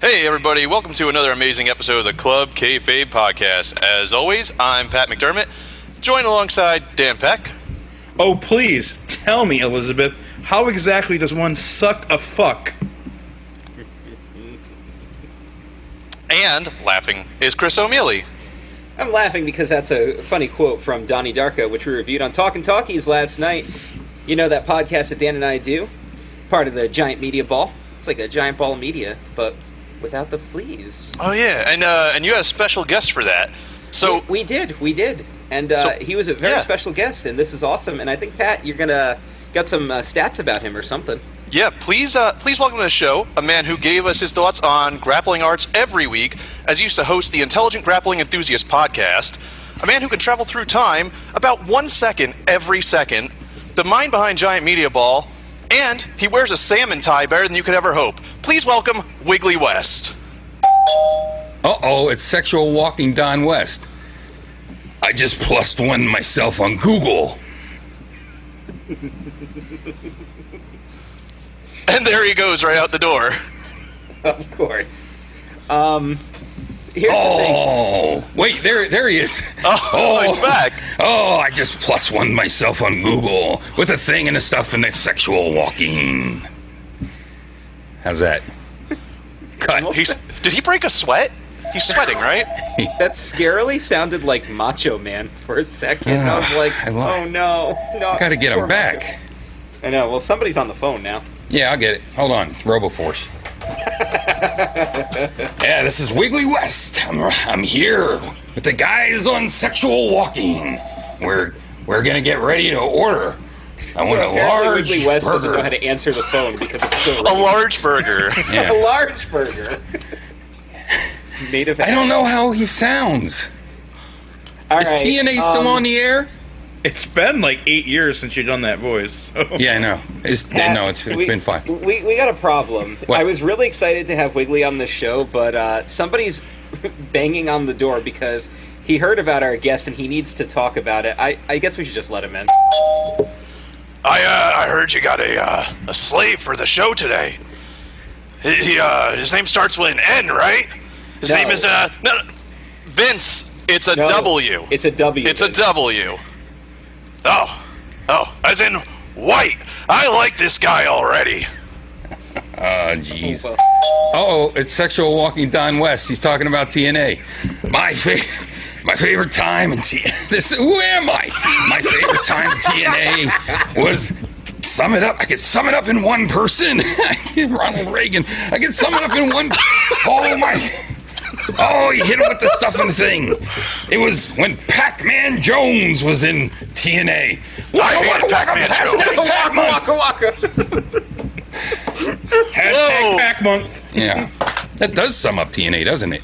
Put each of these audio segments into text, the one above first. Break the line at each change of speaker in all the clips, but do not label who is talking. Hey, everybody, welcome to another amazing episode of the Club Kayfabe podcast. As always, I'm Pat McDermott, joined alongside Dan Peck.
Oh, please tell me, Elizabeth, how exactly does one suck a fuck?
And laughing is Chris O'Mealy.
I'm laughing because that's a funny quote from Donnie Darko, which we reviewed on Talkin' Talkies last night. You know that podcast that Dan and I do? Part of the giant media ball. It's like a giant ball of media, but without the fleas.
Oh yeah, and uh, and you had a special guest for that. So
we, we did, we did. And uh,
So-
he was a very
yeah.
special guest, and this is awesome. And I think, Pat, you're going to got some uh, stats about him or something.
yeah, please uh, please welcome to the show a man who gave us his thoughts on grappling arts every week, as he used to host the Intelligent Grappling Enthusiast podcast. A man who can travel through time about one second every second. The mind behind Giant Media Ball, and he wears a salmon tie better than you could ever hope. Please welcome Wiggly West.
Uh oh, it's sexual walking Don West. I just plus one myself on Google.
And there he goes right out the door.
Of course. Um, here's the thing.
Oh, wait, there, there he is.
Oh, he's back.
Oh, I just plus one myself on Google with a thing and a stuff and a sexual walking. How's that? Cut.
He's, did he break a sweat? He's sweating, right?
That scarily sounded like Macho Man for a second. I was like,
I love-
oh no, no.
Gotta get
poor
him
Macho.
back.
I know. Well, somebody's on the phone now.
Yeah, I'll get it. Hold on. RoboForce. yeah, this is Wiggly West. I'm, I'm here with the guys on sexual walking. We're we're gonna get ready to order. I want Oh, a
Apparently,
large
Wiggly West doesn't
burger.
know how to answer the phone because it's still
A
ringing.
large burger.
a
Yeah.
large burger. Native.
I don't know how he sounds.
All
Is
right,
TNA still
um,
on the air?
It's been like eight years since you've done that voice.
Yeah, I know. It's
Pat,
no, it's, it's
we,
been fine.
We, we got a problem.
What?
I was really excited to have Wiggly on the show, but uh, somebody's banging on the door because he heard about our guest and he needs to talk about it. I, I guess we should just let him in.
I uh, I heard you got a uh, a slave for the show today. He, he, uh, his name starts with an N, right? His
No.
name is uh no, no, Vince. It's a
No,
W.
It's a W.
It's a
Vince.
W. Oh, oh, as in white. I like this guy already.
Oh, jeez.
Well,
Oh, it's sexual walking Don West. He's talking about TNA. My favorite. My favorite time in TNA. This, who am I? My favorite time in TNA was sum it up. I could sum it up in one person. Ronald Reagan. I could sum it up in one. Oh my! Oh, he hit him with the stuff and thing. It was when Pac-Man Jones was in TNA. Waka,
hated
waka, waka,
Pac-Man
hashtag
Jones.
Pac Month.
Waka waka.
Whoa.
Hashtag Pac Month.
Yeah, that does sum up TNA, doesn't it?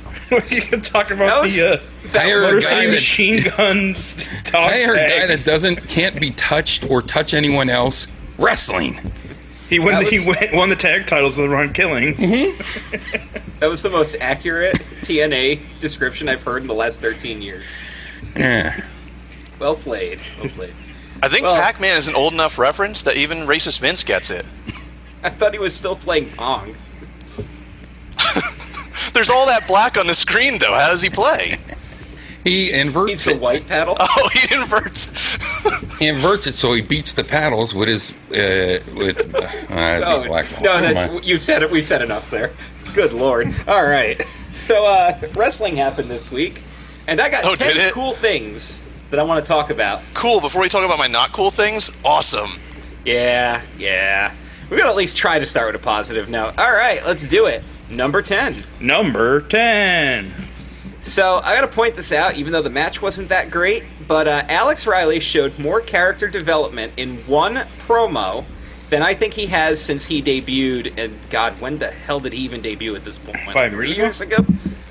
you can talk about
was-
the uh,
I heard a guy
diversity
that-
machine guns. Dog
I heard a guy that
tags.
doesn't can't be touched or touch anyone else wrestling.
he won.
that
the-
was-
He went, won the tag titles of the Ron Killings.
That was the most accurate TNA description I've heard in the last 13 years.
Yeah.
Well played. Well played.
I think
Well-
Pac-Man is an old enough reference that even racist Vince gets it.
I thought he was still playing Pong.
There's all that black on the screen though. How does he play?
He
He's
inverts
the
it,
white paddle.
Oh, he inverts.
inverts it so he beats the paddles with his uh, with uh,
Oh,
that'd be
no,
black. Never mind.
that, you said it. We've said enough there. Good lord. All right. So, uh, wrestling happened this week, and I got
Oh,
10
did it?
cool things that I want to talk about.
cool. Before we talk about my not cool things, awesome.
Yeah, yeah. We're gonna at least try to start with a positive note. All right, let's do it. Number 10.
Number ten.
So I gotta point this out, even though the match wasn't that great, but uh, Alex Riley showed more character development in one promo than I think he has since he debuted. And God, when the hell did he even debut at this point?
Five
Three
years
ago?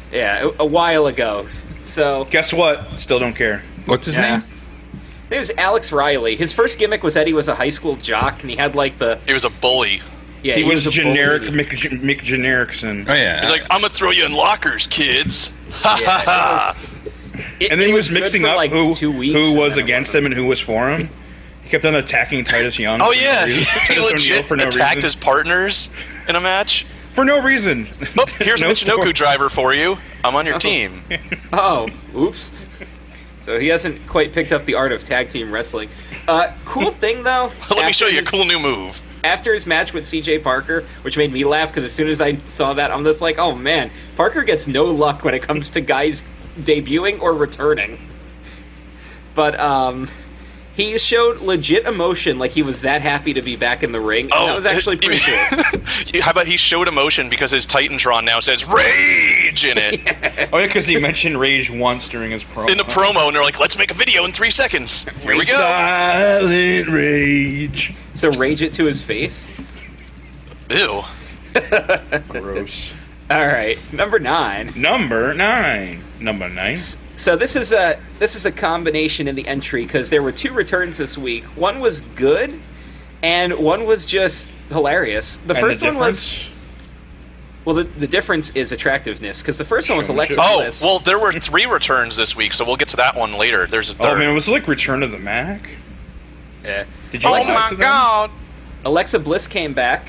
Yeah, a, a while ago. So
Guess what? Still don't care.
What's his
Yeah.
name?
I think it was Alex Riley. His first gimmick was that he was a high school jock, and he had like the
He was a bully.
yeah.
He, was,
a
generic
bully.
Mick, Mick Genericson.
Oh yeah.
He's like, I'm gonna throw you in lockers, kids. Ha
Yeah,
ha
it
ha.
was- it-
and then
it
he was,
good
mixing
for,
up
like
who
two weeks
who
and
was
then it
against
wasn't.
him and who was for him. He kept on attacking Titus Young.
Oh
for no
yeah,
reason.
he
Titus O'Neil
legit
for no
attacked
reason.
his partners in a match.
for no reason.
Oh, here's
No
a Michinoku
story.
driver for you. I'm on your team.
Oh, oops. So he hasn't quite picked up the art of tag team wrestling. Uh, cool thing though.
Let me
after
show you a
his-
cool new move.
After his match with CJ Parker, which made me laugh because as soon as I saw that, I'm just like, oh man, Parker gets no luck when it comes to guys debuting or returning. But um, he showed legit emotion, like he was that happy to be back in the ring. and that was actually
Oh, you
pretty
mean-
cool.
How about he showed emotion because his Titantron now says rage in it
Oh, yeah, because he mentioned Rage once during his promo.
in the promo, and they're like, "Let's make a video in three seconds." Here we go.
Silent Rage.
So rage it to his face.
Ew.
Gross.
All right, number nine.
Number nine. Number nine.
So this is a this is a combination in the entry because there were two returns this week. One was good, and one was just hilarious. The
And
first one was
difference?
well, the, the difference is attractiveness because the first one was
Sure,
Alexa
sure.
Oh
Bliss.
well, there were three returns this week, so we'll get to that one later. There's a
Oh
third.
man, was it like Return of the Mac?
Yeah.
Did you
Oh
like that
my
to them?
god!
Alexa Bliss came back,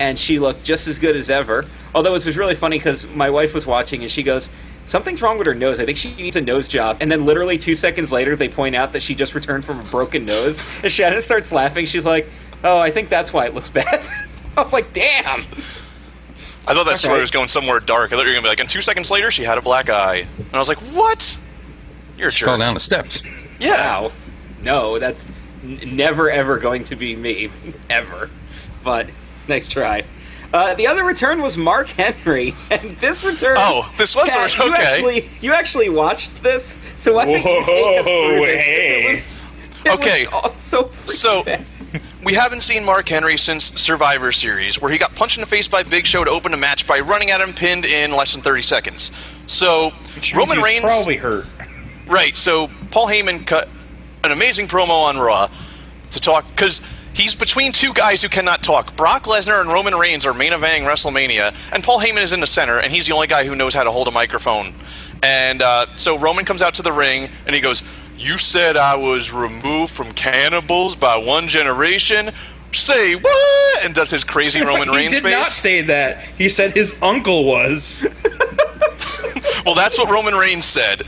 and she looked just as good as ever. Although it was really funny because my wife was watching, and she goes, "Something's wrong with her nose. I think she needs a nose job." And then literally two seconds later, they point out that she just returned from a broken nose, and Shannon starts laughing. She's like, "Oh, I think that's why it looks bad." I was like, "Damn."
I thought that story
Okay.
was going somewhere dark. I thought you were gonna be like, and two seconds later, she had a black eye, and I was like, "What? You're a
She fell
jerk."
down the steps.
Yeah.
Wow. No, that's n- never ever going to be me, ever. But next try. Uh, the other return was Mark Henry, and this return.
Oh, this was the
Pat,
return-
You
okay.
actually, you actually watched this, so why don't you take us through
Whoa,
this? 'Cause
hey.
It was, it
Okay.
Was all so freaking
So-
bad.
We haven't seen Mark Henry since Survivor Series, where he got punched in the face by Big Show to open a match by running at him pinned in less than 30 seconds. So,
Which means
Roman
he's
Reigns.
probably hurt.
Right, so Paul Heyman cut an amazing promo on Raw to talk, because he's between two guys who cannot talk. Brock Lesnar and Roman Reigns are main eventing WrestleMania, and Paul Heyman is in the center, and he's the only guy who knows how to hold a microphone. And uh, so Roman comes out to the ring, and he goes, You said I was removed from cannibals by one generation? Say what? And does his crazy Roman
he
Reigns
did
face.
not say that. He said his uncle was.
well, that's what Roman Reigns said.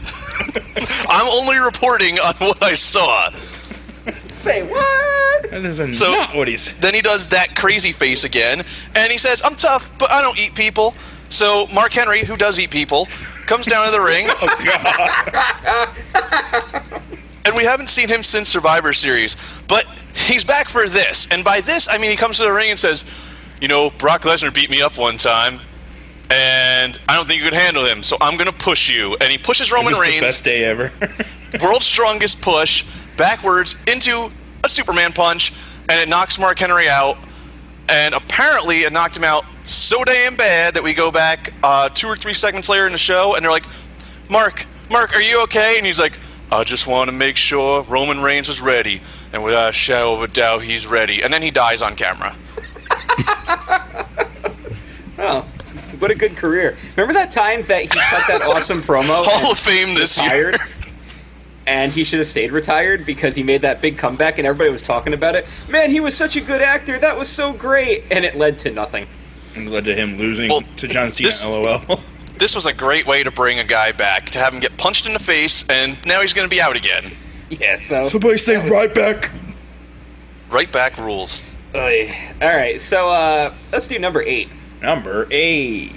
I'm only reporting on what I saw.
say what?
That is
So-
not what he said.
Then he does that crazy face again, and he says, "I'm tough, but I don't eat people." So Mark Henry, who does eat people, comes down to the ring,
Oh god.
and we haven't seen him since Survivor Series. But he's back for this, and by this I mean he comes to the ring and says, "You know, Brock Lesnar beat me up one time." And I don't think you could handle him, so I'm gonna push you. And he pushes
It
Roman
was the
Reigns.
best day ever.
world's strongest push backwards into a Superman punch, and it knocks Mark Henry out. And apparently, it knocked him out so damn bad that we go back uh, two or three segments later in the show, and they're like, "Mark, Mark, are you okay?" And he's like, "I just want to make sure Roman Reigns is ready, and without a shadow of a doubt, he's ready." And then he dies on camera.
Oh, what a good career. Remember that time that he cut that awesome promo?
Hall
and-
of Fame this year.
retired. And he should have stayed retired because he made that big comeback and everybody was talking about it. Man, he was such a good actor. That was so great. And it led to nothing.
and led to him losing
Well,
to John Cena.
this-
LOL.
This was a great way to bring a guy back to have him get punched in the face, and now he's going to be out again.
Yeah, so.
Somebody say right back.
Right back rules.
Oy. All right, so uh, let's do number eight.
Number eight.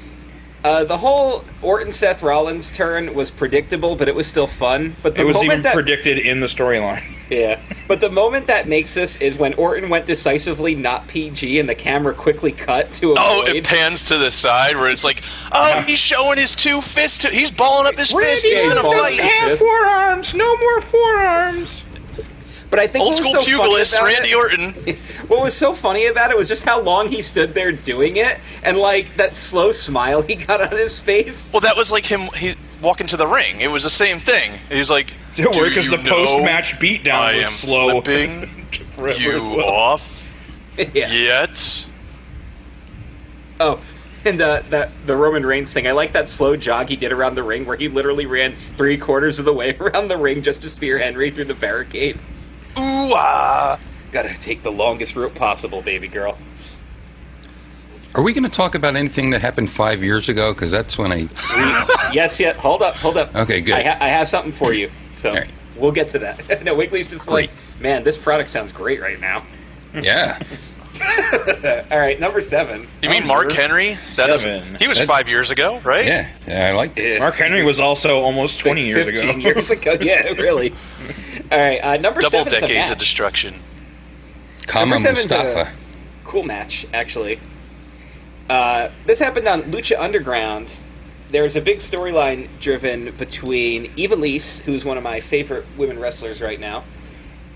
Uh, the whole Orton Seth Rollins turn was predictable, but it was still fun. But the
It was
moment
even
that
predicted in the storyline.
Yeah, but the moment that makes this is when Orton went decisively not PG, and the camera quickly cut to avoid.
Oh, it pans to the side where it's like, oh, he's showing his two fists. To, he's balling up his fist. He's
Randy's
gonna
balling
fight.
up his
have forearms. No more forearms.
but I think
Old
what was
school
so funny
pugilist
about
Randy
it-
Orton.
What was so funny about it was just how long he stood there doing it, and like that slow smile he got on his face.
Well, that was like him he, walking to the ring. It was the same thing. He was like,
It worked
"Do
because
you
the
know
post-match
I
beatdown
am
was slow.
flipping
Forever
you
slow.
off
yeah.
yet.
Oh, and the, the the Roman Reigns thing. I like that slow jog he did around the ring, where he literally ran three quarters of the way around the ring just to spear Henry through the barricade.
Ooh ah.
Gotta take the longest route possible, baby girl.
Are we going to talk about anything that happened five years ago? Because that's when I.
yes, yet. Hold up, hold up.
Okay, good.
I, ha- I have something for you. So
All right.
we'll get to that. no, Wiggly's just like, man, this product sounds great right now.
Yeah.
All right, number seven.
You mean Mark Henry? That
seven.
doesn't. He was
That-
five years ago, right?
Yeah. yeah I like it.
Yeah.
Mark Henry was also almost 20 years ago.
15 years ago. Yeah, really. All right, uh, number
Double
seven's a
decades of
match.
destruction.
Kama
Number seven's a-
Mustafa.
cool match actually. Uh, this happened on Lucha Underground. There's a big storyline driven between Eva Lise, who's one of my favorite women wrestlers right now,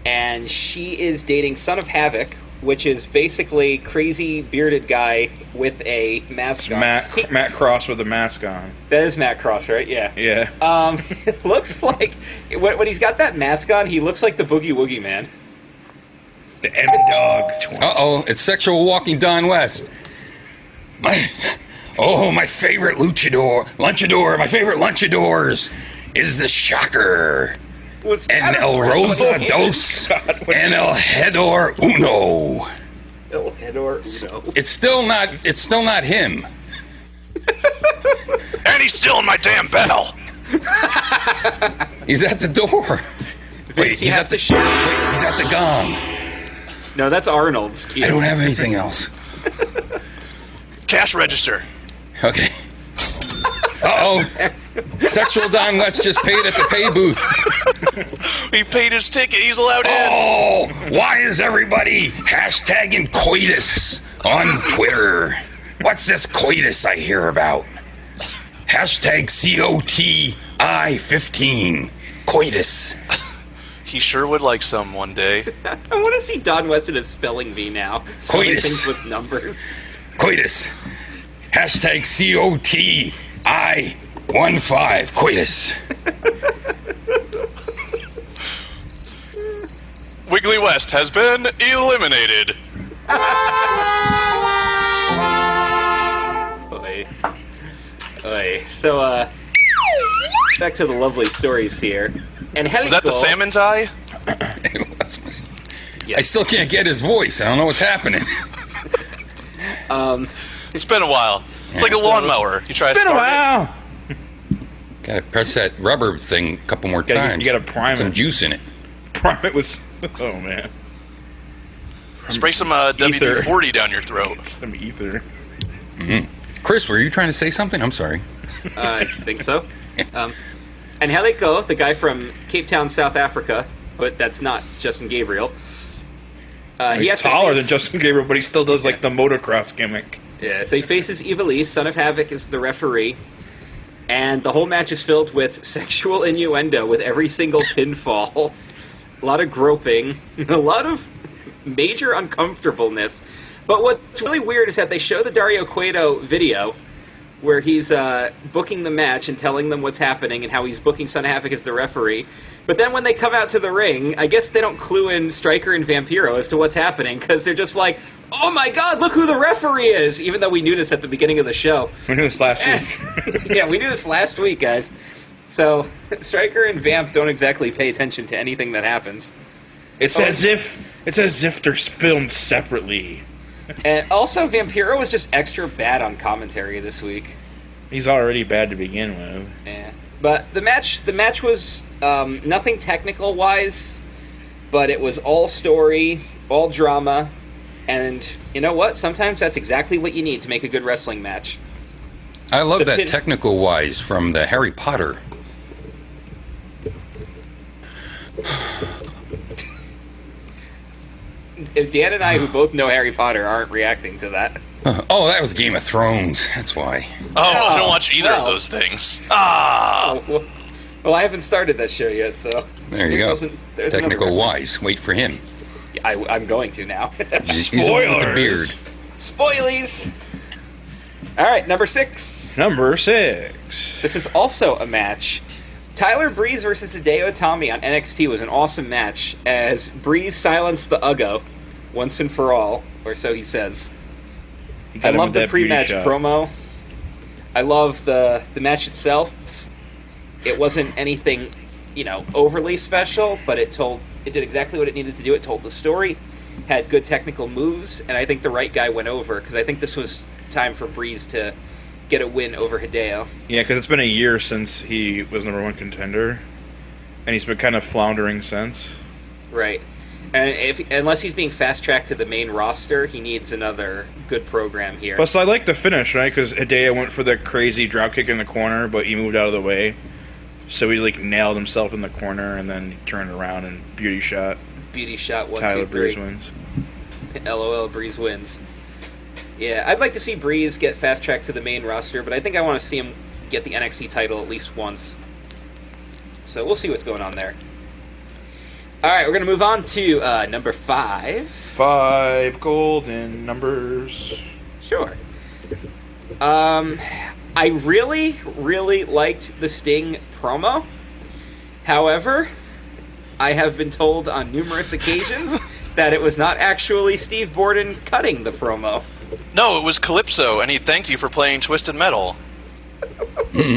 and she is dating Son of Havoc, which is basically crazy bearded guy with a mask
It's
on.
Matt, Matt Cross with a mask on.
That is Matt Cross, right? Yeah.
Yeah.
Um, it looks like when, when he's got that mask on, he looks like the Boogie Woogie Man.
The M Dog.
Uh oh, it's sexual walking Don West. My, oh, my favorite luchador, lunchador, my favorite lunchadors is the Shocker
Was
and El Rosa Dos and El Hedor Uno.
El Hedor Uno.
It's still not. It's still not him.
And he's stealing my damn bell.
He's at the door.
Vince, you
he's
have
at
to
the
shoot.
Wait, he's at the gong.
No, that's Arnold's cue.
I don't have anything else.
Cash register.
Okay. Uh oh. Sexual Don West just paid at the pay booth.
He paid his ticket. He's allowed in.
Oh, why is everybody hashtagging coitus on Twitter? What's this coitus I hear about? Hashtag COTI 15. Coitus.
He sure would like some one day.
I want to see Don West in a spelling bee now. Spelling
Coitus.
things with numbers.
Coitus. Hashtag COTI 15. Coitus.
Wiggly West has been eliminated.
Oy. Oy. So, uh, back to the lovely stories here. And Henny
Was that the
Skull-
salmon's eye?
I still can't get his voice. I don't know what's happening.
It's been a while. It's like a lawnmower. You try
It's
to
been a
start it.
while.
Gotta press that rubber thing a couple more
Gotta- you
times.
gotta prime
Put some
it.
juice in it.
Prime it was. Oh, man.
Spray some uh,
Ether.
WD-40 down your throat.
Some ether.
Chris, were you trying to say something? I'm sorry.
Uh, I think so. Um, and Helico, the guy from Cape Town, South Africa, but that's not Justin Gabriel. Uh, he
He's
has to
taller than
face-
Justin Gabriel, but he still does like the motocross gimmick.
Yeah, so he faces Eva Lee, Son of Havoc is the referee, and the whole match is filled with sexual innuendo with every single pinfall. a lot of groping, a lot of major uncomfortableness. But what's really weird is that they show the Dario Cueto video where he's uh, booking the match and telling them what's happening and how he's booking Son of Havoc as the referee. But then when they come out to the ring, I guess they don't clue in Stryker and Vampiro as to what's happening because they're just like, "Oh my God, look who the referee is!" Even though we knew this at the beginning of the show.
We knew this last
Eh.
week.
yeah, we knew this last week, guys. So Stryker and Vamp don't exactly pay attention to anything that happens.
It's
Oh.
as if it's as if they're filmed separately.
And also, Vampiro was just extra bad on commentary this week.
He's already bad to begin with.
Yeah. But the match, the match was um, nothing technical wise, but it was all story, all drama, and you know what? Sometimes that's exactly what you need to make a good wrestling match.
I love
The
that
pin-
technical wise from the Harry Potter.
If Dan and I, who both know Harry Potter, aren't reacting to that.
Oh, that was Game of Thrones. That's why.
Oh, I don't watch either of
no.
those things. Ah,
Oh, well, well, I haven't started that show yet, so
There
There
you go.
goes an- there's another
Technical
reference.
wise. Wait for him.
I, am going to now.
He's, he's the one with the beard.
Spoilers.
Spoilies. All right, number six.
Number six.
This is also a match. Tyler Breeze versus Hideo Tommy on NXT was an awesome match as Breeze silenced the Ugo once and for all, or so he says.
He got
I
him
love
with
the
that beauty
pre-match
shot.
promo. I love the the match itself. It wasn't anything, you know, overly special, but it told it did exactly what it needed to do. It told the story, had good technical moves, and I think the right guy went over because I think this was time for Breeze to get a win over Hideo.
Yeah, because it's been a year since he was number one contender, and he's been kind of floundering since.
Right. And if, unless he's being fast tracked to the main roster, he needs another good program here.
Plus, I like the finish, right? Because Hideo went for the crazy drop kick in the corner, but he moved out of the way, so he like nailed himself in the corner and then turned around and beauty shot.
Beauty shot one,
Tyler
two, three.
Breeze wins.
LOL, Breeze wins. Yeah, I'd like to see Breeze get fast tracked to the main roster, but I think I want to see him get the NXT title at least once. So we'll see what's going on there. All right, we're going to move on to uh, number five.
Five golden numbers.
Sure. Um, I really, really liked the Sting promo. However, I have been told on numerous occasions that it was not actually Steve Borden cutting the promo.
No, it was Calypso, and he thanked you for playing Twisted Metal.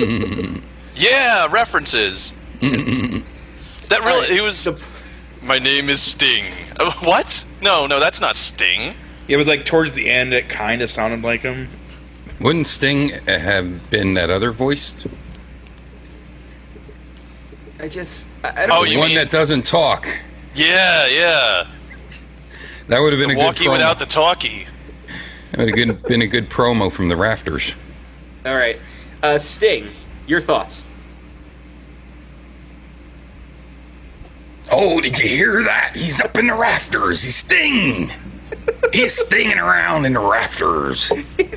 yeah, references. that really, he was.
The-
My name is Sting. Uh, What? No, no, that's not Sting.
Yeah, but like towards the end, it kind of sounded like him.
Wouldn't Sting uh, have been that other voice?
I just I I don't
Oh,
the
you
one
mean-
that doesn't talk.
Yeah, yeah.
That would have been a good
Walkie
promo.
without the talkie.
that would have good- been a good promo from the rafters.
All right. Uh, Sting, your thoughts?
Oh, did you hear that? He's up in the rafters. He's Sting. He's stinging around in the rafters.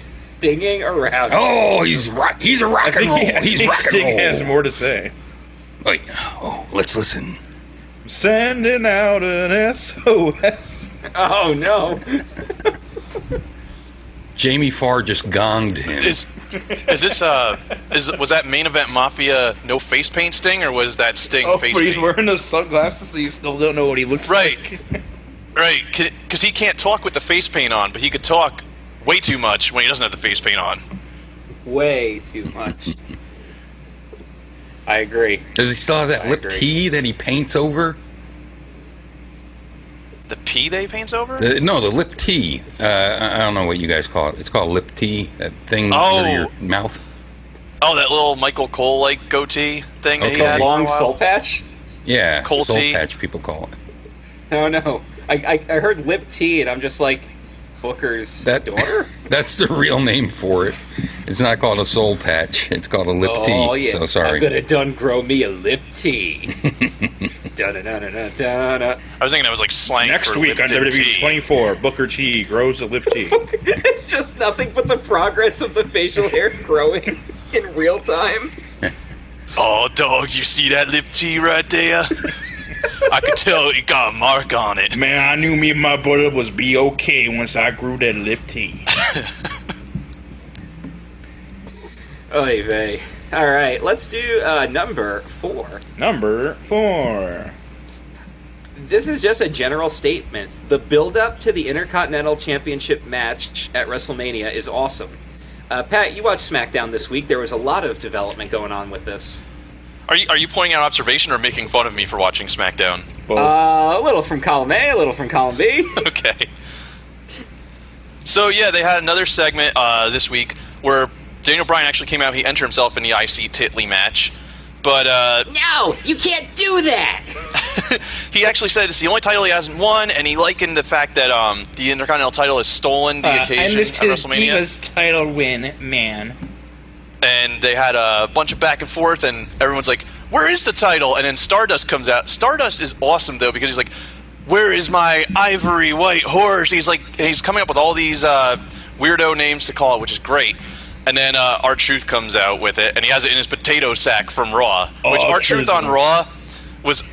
Stinging around.
Oh, he's rock. He's a rock and roll.
I
He's
think
rock
Sting
and roll.
has more to say.
Wait, oh, let's listen.
Sending out an SOS.
Oh, no.
Jamie Farr just gonged him.
Is is this uh is was that main event mafia no face paint sting or was that sting
Oh,
face
but he's
paint?
wearing those sunglasses, so you still don't know what he looks like.
right. Right, because he can't talk with the face paint on, but he could talk way too much when he doesn't have the face paint on.
Way too much. I agree.
Does he still have that
I
lip
agree.
key that he paints over?
The P they paints over?
The, no, the lip tee. Uh, I I don't know what you guys call it. It's called lip tee. That thing
Oh.
near your mouth.
oh, that little Michael Cole like goatee thing that he
Okay.
had. for a
Long
while.
soul patch?
Yeah,
Cold
soul
tee.
patch. People call it.
No, no. I, I, I heard lip tea, and I'm just like, Booker's
That
daughter?
That's the real name for it. It's not called a soul patch. It's called a lip
oh,
tee.
yeah.
So sorry.
I could have done grow me a lip tea. Da-da-da-da-da-da.
I was thinking it was like slang.
Next
for
week on E
Lipton
WWE
tea.
24, Booker T grows a lip T.
it's just nothing but the progress of the facial hair growing in real time.
Oh, dog, you see that lip tea right there? I could tell it got a mark on it.
Man, I knew me and my brother was be okay once I grew that lip T.
Oy vey. All right, let's do uh, number four.
Number four.
This is just a general statement. The build up to the Intercontinental Championship match at WrestleMania is awesome. Uh, Pat, you watched SmackDown this week. There was a lot of development going on with this.
Are you are you pointing out observation or making fun of me for watching SmackDown?
Both.
Uh, a little from column A, a little from column B.
Okay. So yeah, they had another segment uh, this week where Daniel Bryan actually came out. He entered himself in the IC Titley match, but uh,
no, you can't do that.
he actually said it's the only title he hasn't won, and he likened the fact that um, the Intercontinental title has stolen the
Uh,
occasion at WrestleMania.
title win, man.
and they had a bunch of back and forth, and everyone's like, "Where is the title?" And then Stardust comes out. Stardust is awesome though because he's like, "Where is my ivory white horse?" He's like, and he's coming up with all these uh, weirdo names to call it, which is great. And then uh, our truth comes out with it, and he has it in his potato sack from Raw, which
Oh,
our truth on
truth.
Raw was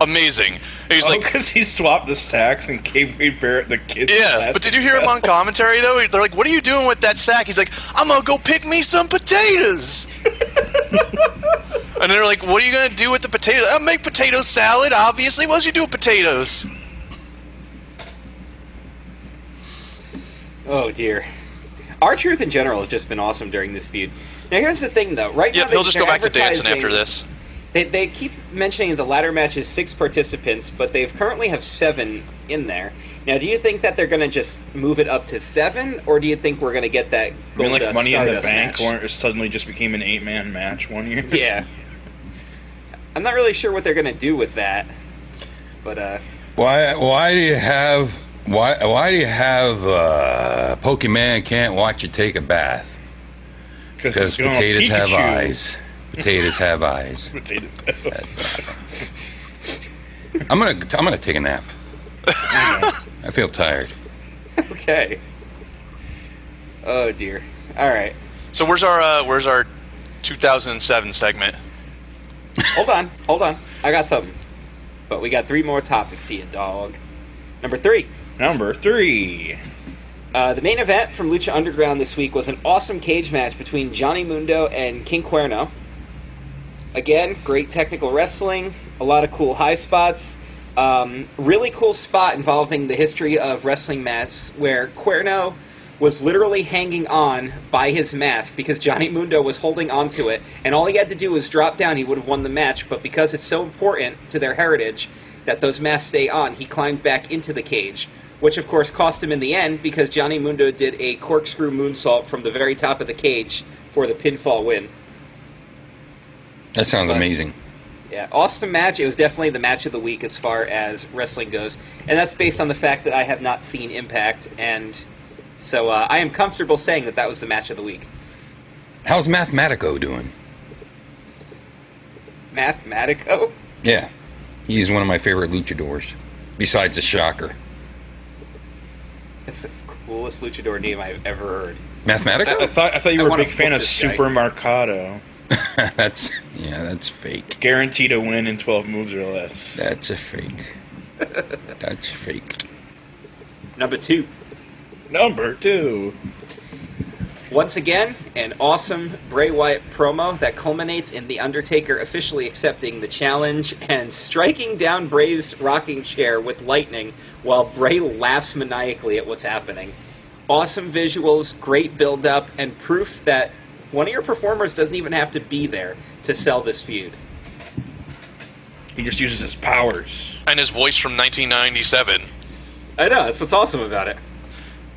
amazing. He's like,
because he swapped the sacks and gave Wade Barrett the kids.
yeah, but did you hear him on commentary though? They're like, "What are you doing with that sack?" He's like, "I'm gonna go pick me some potatoes." and they're like, "What are you gonna do with the potatoes?" I'll make potato salad, obviously. What else you do with potatoes?
Oh dear. Our truth in general has just been awesome during this feud. Now here's the thing, though. Right
Yep,
now,
he'll
they-
just go
they're
back to dancing after
advertising-
this.
They, they keep mentioning the ladder match is six participants, but they've currently have seven in there. Now, do you think that they're going to just move it up to seven, or do you think we're going to get that
I mean,
gold
like
dust
Money in the
Stardust
Bank
match?
or it suddenly just became an eight man match one year.
Yeah. I'm not really sure what they're going to do with that. But, uh,
Why? Why do you have? Why? Why do you have? Uh, Pokemon can't watch you take a bath because
it's going on
potatoes have
Pikachu.
eyes. Potatoes have eyes.
Potatoes have eyes.
I'm gonna. I'm gonna take a nap. I feel tired.
okay. Oh, dear. All right.
So where's our uh, where's our 2007 segment?
Hold on. Hold on. I got something. But we got three more topics here, dog. Number three.
Number three.
Uh, the main event from Lucha Underground this week was an awesome cage match between Johnny Mundo and King Cuerno. Again, great technical wrestling, a lot of cool high spots. Um, really cool spot involving the history of wrestling masks where Cuerno was literally hanging on by his mask because Johnny Mundo was holding onto it, and all he had to do was drop down, he would have won the match. But because it's so important to their heritage that those masks stay on, he climbed back into the cage, which of course cost him in the end because Johnny Mundo did a corkscrew moonsault from the very top of the cage for the pinfall win.
That sounds amazing.
Yeah, Austin match. It was definitely the match of the week as far as wrestling goes, and that's based on the fact that I have not seen Impact, and so uh, I am comfortable saying that that was the match of the week.
How's Mathematico doing?
Mathematico.
Yeah, he's one of my favorite luchadors. Besides the Shocker,
That's the coolest luchador name I've ever heard.
Oh.
Mathematico.
I thought I thought you
I
were a
wanna
big fan
book
of
this guy.
Super Mercado.
that's yeah, that's fake.
Guaranteed a win in twelve moves or less.
That's a fake. That's faked.
Number two.
Number two.
Once again, an awesome Bray Wyatt promo that culminates in The Undertaker officially accepting the challenge and striking down Bray's rocking chair with lightning while Bray laughs maniacally at what's happening. Awesome visuals, great build up, and proof that one of your performers doesn't even have to be there to sell this feud.
He just uses his powers.
And his voice from 1997.
I know, that's what's awesome about it.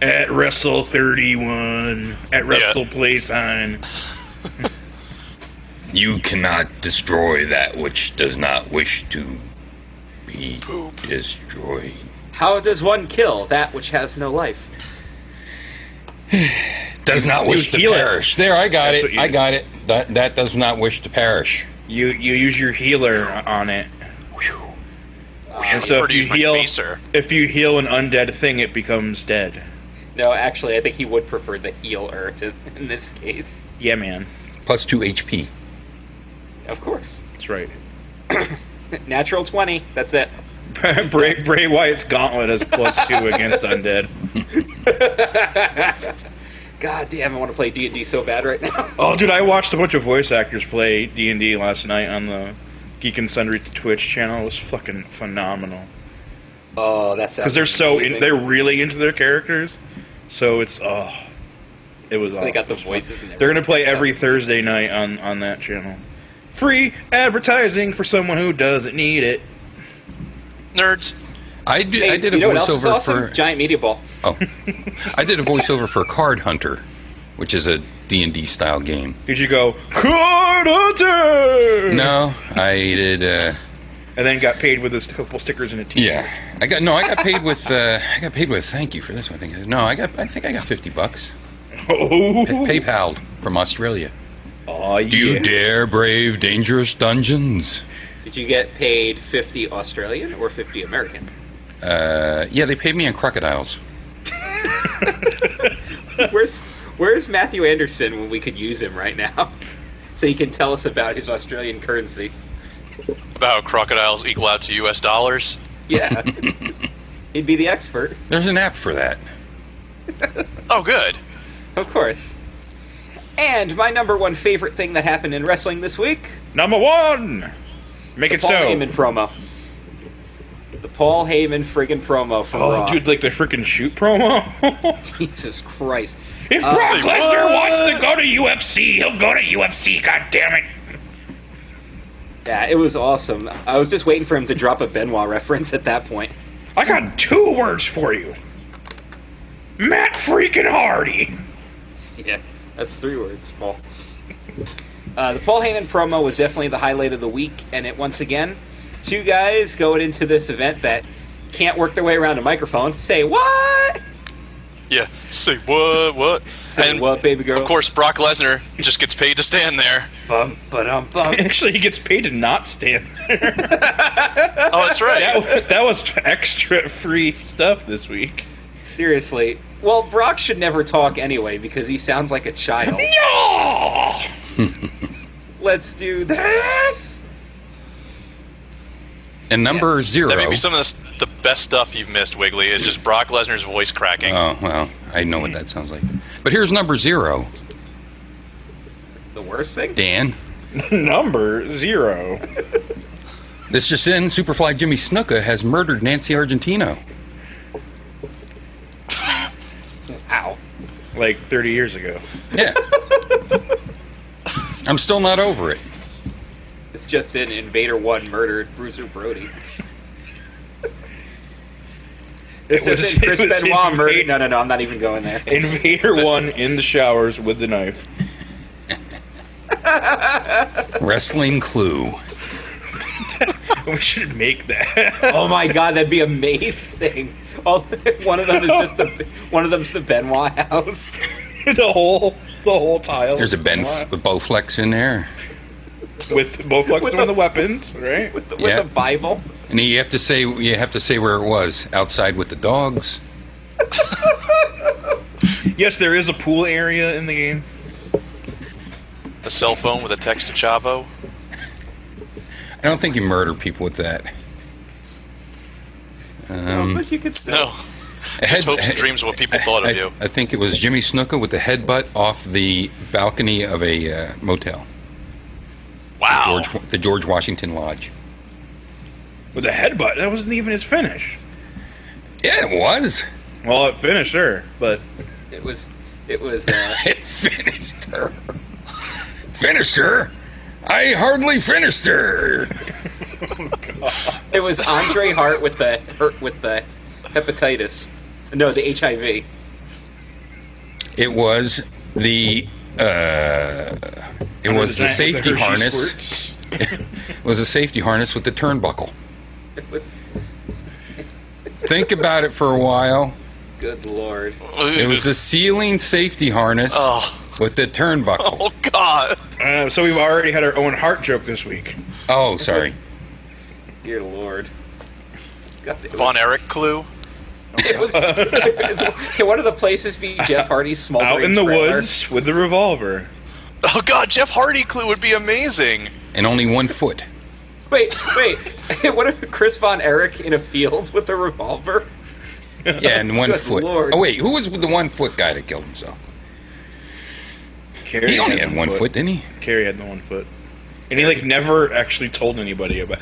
At Wrestle thirty one. At Wrestle Place on.
You cannot destroy that which does not wish to be destroyed.
How does one kill that which has no life?
Does not wish to
heal it.
perish. There, I got
That's what
it.
you
I
do.
got it. That that does not wish to perish.
You you use your healer on it. And
prefer
so if
to
you
use my
heal,
facer.
if you heal an undead thing, it becomes dead.
No, actually, I think he would prefer the healer to, in this case.
Yeah, man.
Plus two HP.
Of course.
That's right.
Natural 20. That's it.
Bray, Bray Wyatt's gauntlet is plus two against undead.
God damn, I want to play D&D so bad right now.
Oh, dude, I watched a bunch of voice actors play D and D last night on the Geek and Sundry Twitch channel. It was fucking phenomenal
Oh, that sounds
because they're so in,
amazing.
they're really into their characters. So it's oh, it was.
They got
awesome.
the
It was fun.
voices and
They're gonna play every Thursday night on on that channel. Free advertising for someone who doesn't need it.
Nerds.
I did.
Hey,
I did a
you know what else is
voiceover
awesome?
for.
Giant Media Ball.
Oh, I did a voiceover for Card Hunter, which is a D and D style game.
Did you go Card
Mm.
Hunter?
No, I did. Uh,
And then got paid with a st- couple stickers and a T-shirt.
yeah, I got no. I got paid with. Uh, I got paid with. Thank you for this one. I think- No, I got. I think I got fifty bucks.
Oh,
Pa- PayPal from Australia.
Aw,
Do you
yeah.
dare brave dangerous dungeons?
Did you get paid 50 Australian or 50 American?
Uh, yeah, they paid me in crocodiles.
Where's Where's Matthew Anderson when we could use him right now? So he can tell us about his Australian currency.
About how crocodiles equal out to U.S. dollars.
Yeah. He'd be the expert.
There's an app for that.
Oh, good.
Of course. And my number one favorite thing that happened in wrestling this week
Number one. Make it
Paul
so.
Heyman promo. The Paul Heyman friggin' promo from
Oh,
Raw.
dude, like the freaking shoot promo.
Jesus Christ. Um,
if
Uh,
Brock Lesnar wants to go to UFC, he'll go to UFC. God damn it!
Yeah, it was awesome. I was just waiting for him to drop a Benoit reference at that point.
I got two words for you. Matt freaking Hardy.
Yeah, that's three words, Paul. Uh, the Paul Heyman promo was definitely the highlight of the week, and it once again, two guys going into this event that can't work their way around a microphone say what?
Yeah. Say what? What?
Say what, baby girl?
Of course, Brock Lesnar just gets paid to stand there.
Bum, ba-dum, bum.
Actually, he gets paid to not stand.
Oh, that's right.
That was, that was extra free stuff this week.
Seriously. Well, Brock should never talk anyway because he sounds like a child.
No!
Let's do this.
And number zero.
That may be some of the, the best stuff you've missed, Wiggly, is just Brock Lesnar's voice cracking.
oh well, I know what that sounds like. But here's number zero,
The worst thing.
Dan.
Number zero.
This just in: Superfly Jimmy Snuka has murdered Nancy Argentino.
Ow.
Like 30 years ago.
Yeah. I'm still not over it.
It's just an Invader One murdered Bruiser Brody. It's
It was-
just in Chris
it was
Benoit
Invader-
murdered. No, no, no. I'm not even going there.
Invader one in the showers with the knife.
Wrestling Clue.
We should make that.
Oh my god, that'd be amazing. All, one of them is just the one of them's the Benoit house.
the whole the whole tile.
There's a Ben a Bowflex in there,
with Bowflex with one of the weapons, right?
with the,
Yeah.
with the Bible.
and you have to say you have to say where it was outside with the dogs.
Yes, there is a pool area in the game.
The cell phone with a text to Chavo.
I don't think you murder people with that.
but you could still.
Um, No. Just hopes and dreams of what people thought of
I,
you.
I think it was Jimmy Snuka with the headbutt off the balcony of a uh, motel,
Wow.
George, the George Washington Lodge.
With a headbutt. That wasn't even his finish.
Yeah, it was.
Well, it finished her, but
It was. It was. Uh,
It finished her. finished her. I hardly finished her.
it was Andre Hart with the her- with the hepatitis. No, the HIV.
It was the uh, it was the safety harness. It was a safety harness with the turnbuckle.
It was.
Think about it for a while.
Good lord.
It was the ceiling safety harness
Oh.
with the turnbuckle.
Oh, God.
Uh, so we've already had our own heart joke this week.
Oh, sorry.
Dear lord. God, it,
Von
was,
Erich clue.
it was. Can one of the places be Jeff Hardy's small
Out in the woods with the revolver.
Oh, God. Jeff Hardy clue would be amazing.
And only one foot.
Wait, wait. what if Chris Von Erich in a field with a revolver?
Yeah, and one
Good
foot.
Lord.
Oh wait, who was the one foot guy that killed himself?
Carrie
He only had one foot, didn't he?
Carrie had the one foot, and he like never actually told anybody about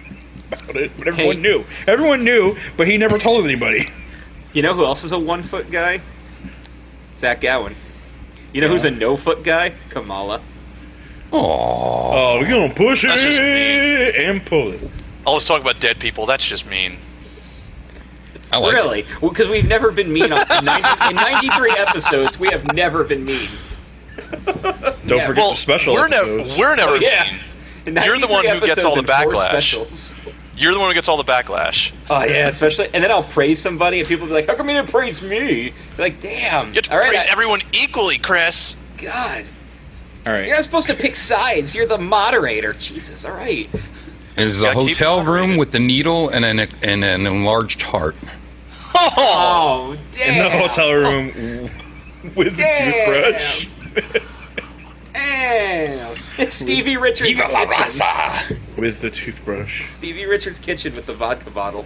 about it. But everyone
Hey.
knew. Everyone knew, but he never told anybody.
You know who else is a one foot guy? Zach Gowen. You know who's a no foot guy? Kamala.
Oh,
Oh, we're gonna push
That's just
it and pull it.
All this Oh, talk about dead people, that's just mean.
I like it.
really? Because we've never been mean on, in, 90, in 93 episodes. We have never been mean.
Don't
Yeah.
forget
Well,
the special
we're, never,
episodes.
we're never mean.
In
You're the one
93
who gets all the
episodes and four
backlash.
specials.
You're the one who gets all the backlash.
Oh yeah, especially, and then I'll praise somebody, and people will be like, "How come you didn't praise me?" like, damn.
You have to
all right,
praise
I-
everyone equally, Chris.
God,
All right.
you're not supposed to pick sides. You're the moderator. Jesus, all right.
Is a
Gotta keep
hotel
it
room
separated.
with the needle and an and an enlarged heart.
Oh,
Oh
in
damn.
the hotel room with the
Damn.
toothbrush.
Damn. It's Stevie Richards'
Viva la
kitchen.
raza!
With the toothbrush.
Stevie Richards' kitchen with the vodka bottle.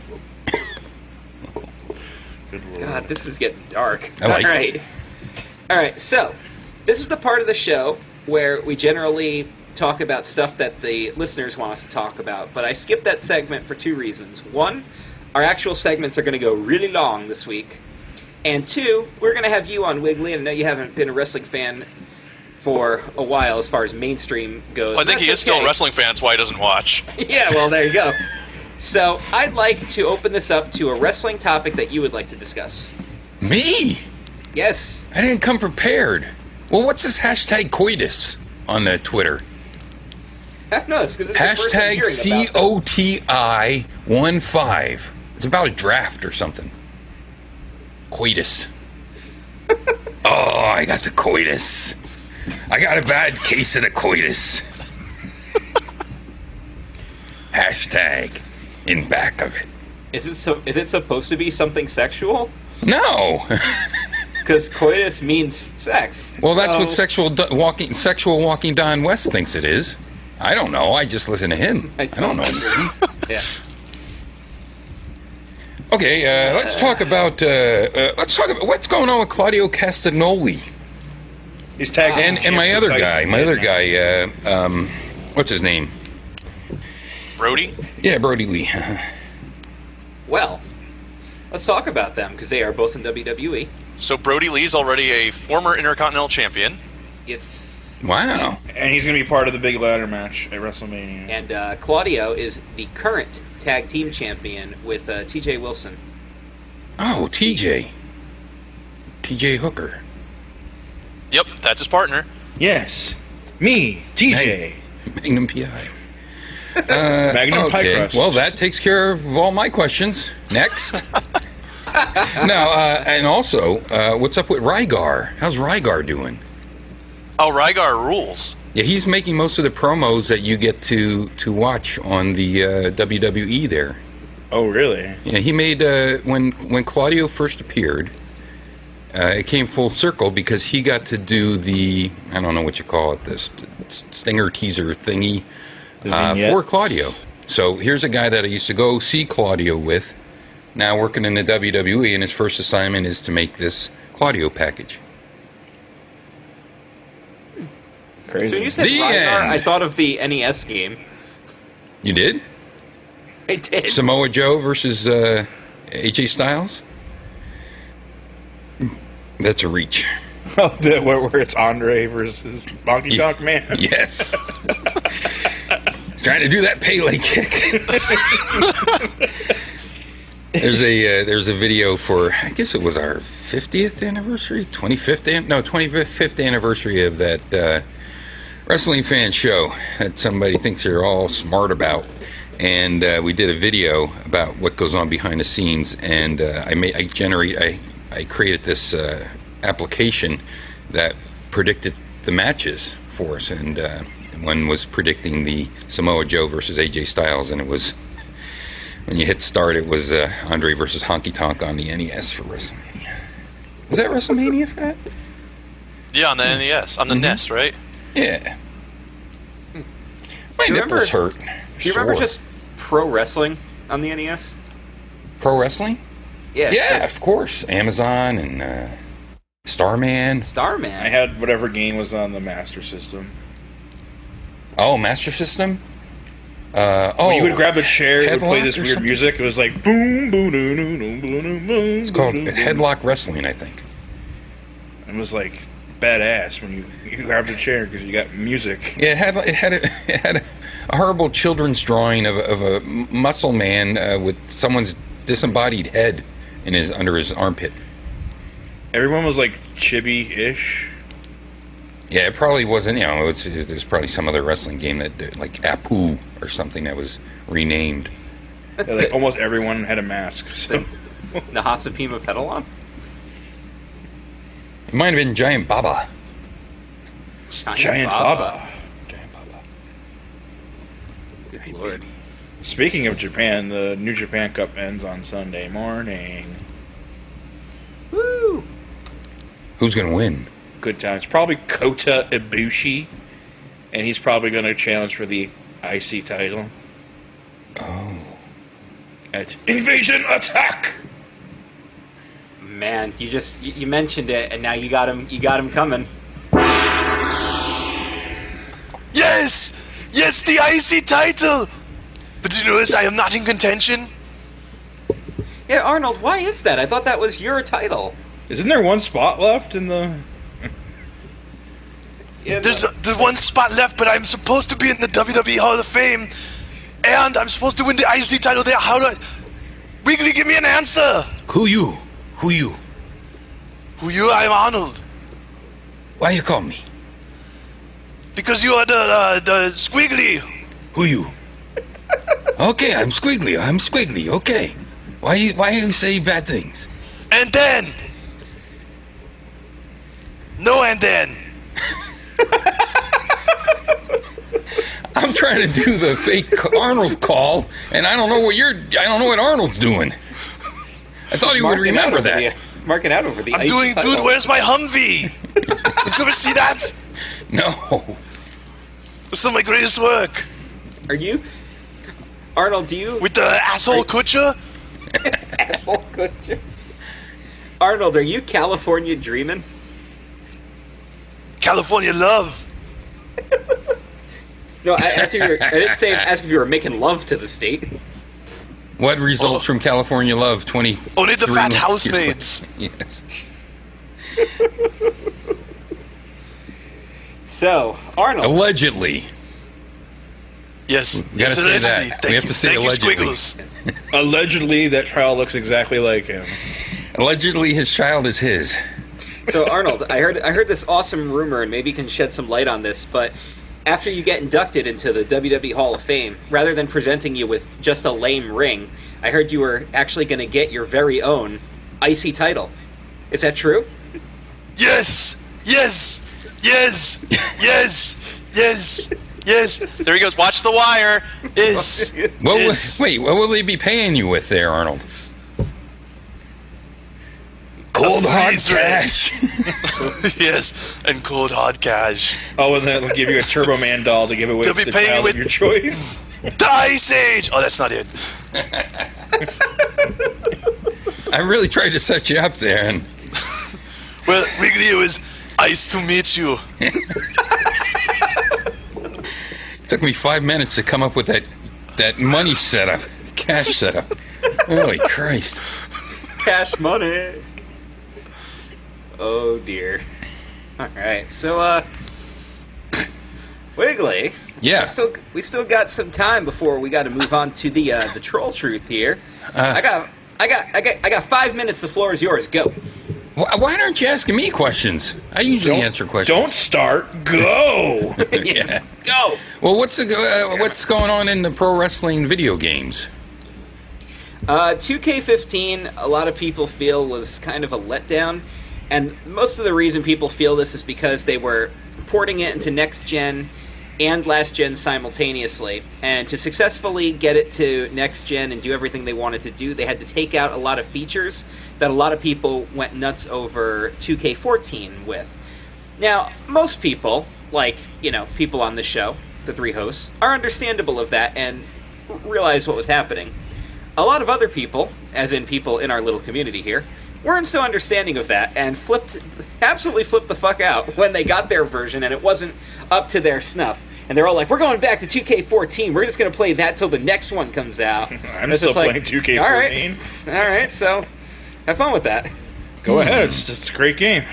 Good lord.
God, this is getting dark.
I like it.
All right. All right. So, this is the part of the show where we generally talk about stuff that the listeners want us to talk about, but I skipped that segment for two reasons. One, our actual segments are going to go really long this week. And two, we're going to have you on Wiggly, and I know you haven't been a wrestling fan for a while as far as mainstream goes.
Oh, I think
That's
he is still
okay.
a wrestling fan, that's why he doesn't watch.
Yeah, well, there you go. So I'd like to open this up to a wrestling topic that you would like to discuss.
Me?
Yes.
I didn't come prepared. Well, what's this hashtag coitus on the Twitter?
No, this, this is the first I'm
Hashtag
hearing
C
about
O T I 1 5. It's about a draft or something. Coitus. oh, I got the coitus. I got a bad case of the coitus. Hashtag in back of it.
this. Is it so, is it supposed to be something sexual?
No.
Because coitus means sex.
Well, that's
So-
what sexual do- walking sexual walking Don West thinks it is. I don't know. I just listen to him. I don't, know. anything.
Yeah.
Okay, uh, let's talk about uh, uh, let's talk about what's going on with Claudio Castagnoli
He's tagged
and, and my other guy, my other guy. Uh, um, what's his name?
Brody?
Yeah, Brody Lee.
Well, let's talk about them because they are both in E. WWE.
So Brody Lee's already a former Intercontinental Champion.
Yes.
wow.
And he's going to be part of the big ladder match at WrestleMania.
And uh, Claudio is the current tag team champion with uh, TJ Wilson.
Oh, TJ. TJ Hooker.
Yep, that's his partner.
Yes. Me, TJ.
Hey. Magnum PI.
Magnum Pie
Okay.
Crust.
Well, that takes care of all my questions. Next. now, uh, and also, uh, what's up with Rygar? How's Rygar doing?
Oh, Rygar rules.
Yeah, he's making most of the promos that you get to to watch on the uh, WWE. There,
oh, really?
yeah, he made uh, when when Claudio first appeared. Uh, it came full circle because he got to do the I don't know what you call it this stinger teaser thingy
The
uh,
vignettes.
for Claudio. So here's a guy that I used to go see Claudio with, now working in the WWE, and his first assignment is to make this Claudio package.
So when you
Crazy.
said
The
Rygar,
end.
I thought of the NES game.
You did
I did.
Samoa Joe versus uh, AJ Styles. That's a reach.
the, where, where it's Andre versus Donkey
Yeah.
Dog Man.
Yes. He's trying to do that Pele kick. there's a uh, there's a video for I guess it was our 50th anniversary, 25th an- no 25th anniversary of that uh, wrestling fan show that somebody thinks they're all smart about. And uh, we did a video about what goes on behind the scenes, and uh, I made I generate I I created this uh, application that predicted the matches for us, and uh, one was predicting the Samoa Joe versus AJ Styles, and it was when you hit start, it was uh, Andre versus Honky Tonk on the NES for WrestleMania. Was that WrestleMania for that?
Yeah, on the NES, on the NES, right?
Yeah. My
Do you
nipples
remember-
hurt.
Do you remember
Sore.
just pro wrestling on the E NES?
pro wrestling?
Yeah.
Yeah,
just
of course. Amazon and uh, Starman.
Starman.
I had whatever game was on the Master System.
Oh, Master System. Uh, oh,
you would grab a chair, it would play
Headlock
this
or
weird
something?
music. It was like boom, boom, boom, boom, boom, boom, boom.
it's called Headlock Wrestling, I think.
It was like badass when you, you grabbed a chair because you got music.
Yeah, it had it had a, it had a horrible children's drawing of, a- of a muscle man uh, with someone's disembodied head in his under his armpit.
Everyone was like chibi-ish.
Yeah, it probably wasn't. You know, it's, it was probably some other wrestling game that like Apu or something that was renamed.
Yeah, like almost everyone had a mask. So
The Hasapima Pedalon?
It might have been Giant Baba.
Giant,
giant Abba. Giant Baba.
Good lord.
Speaking of Japan, the New Japan Cup ends on Sunday morning.
Woo!
Who's gonna win?
Good times. Probably Kota Ibushi, and he's probably going to challenge for the IC title
Oh,
at Invasion Attack.
Man, you just you, you mentioned it, and now you got him. You got him coming.
Yes! Yes, the IC title! But do you notice I am not in contention?
Yeah, Arnold, why is that? I thought that was your title.
Isn't there one spot left in the?
Yeah,
There's,
no. uh,
there's one spot left, but I'm supposed to be in the WWE Hall of E Fame, and I'm supposed to win the IC title there. How do I. Wiggly, give me an answer!
Who you? Who you?
Who you? I'm Arnold.
Why you call me?
Because you are the, uh, the squiggly.
Who you? Okay, I'm Squiggly. I'm Squiggly. Okay. Why you why you say bad things?
And then. No, and then.
I'm trying to do the fake Arnold call, and I don't know what you're. I don't know what Arnold's doing. I thought he would
Marking out
remember
over
that.
the- Marking out over the.
I'm
IC
doing,
title.
dude, where's my Humvee? Did you ever see that?
No.
This is my greatest work.
Are you, Arnold? Do you
With the asshole Kutcher?
asshole Kutcher? Arnold, are you California dreaming?
California love.
No, I asked if you were, I didn't say ask if you were making love to the state.
What results
Oh.
from California Love 20?
Only the fat
years
housemaids.
later? Yes.
So, Arnold,
Allegedly.
Yes.
gotta
yes,
say
allegedly.
that.
Thank
We have
you.
to say
Thank
allegedly.
you, Squiggles.
Allegedly, that trial looks exactly like him.
Allegedly, his child is his.
So Arnold, I heard I heard this awesome rumor, and maybe you can shed some light on this. But after you get inducted into the WWE Hall of Fame, rather than presenting you with just a lame ring, I heard you were actually going to get your very own icy title. Is that true?
Yes. Yes. Yes. Yes. Yes. Yes. There he goes. Watch the wire. Yes.
What will,
Yes.
wait, what will they be paying you with there, Arnold?
Cold
hard cash.
yes. And cold hard cash.
Oh, and then they'll give you a Turbo Man doll to give away
They'll be
to the
paying
child
with-
of your choice.
The Ice Age. Oh, that's not it.
I really tried to set you up there, and
Well, Wiggly, it was ice to meet you.
it took me five minutes to come up with that that money setup, cash setup. Holy Christ!
Cash money. Oh dear. All right. So uh, Wiggly.
Yeah.
We still we still got some time before we got to move on to the uh, the troll truth here.
uh,
I got I got I got I got five minutes. The floor is yours. Go.
Why, why aren't you asking me questions? I usually answer questions.
Don't start. Go.
yes. Go.
Well, what's the, uh, what's going on in the pro wrestling video games?
Uh, 2K15, a lot of people feel was kind of a letdown, and most of the reason people feel this is because they were porting it into next gen and last gen simultaneously. And to successfully get it to next gen and do everything they wanted to do, they had to take out a lot of features that a lot of people went nuts over 2K14 with. Now, most people, like, you know, people on the show, the three hosts, are understandable of that and r- realize what was happening. A lot of other people, as in people in our little community here, weren't so understanding of that and flipped, absolutely flipped the fuck out when they got their version and it wasn't up to their snuff. And they're all like, we're going back to 2K14. We're just going to play that till the next one comes out.
I'm
It's just
still
like,
playing 2K14.
All right. All right. So have fun with that.
Go ahead. It's, it's a great game.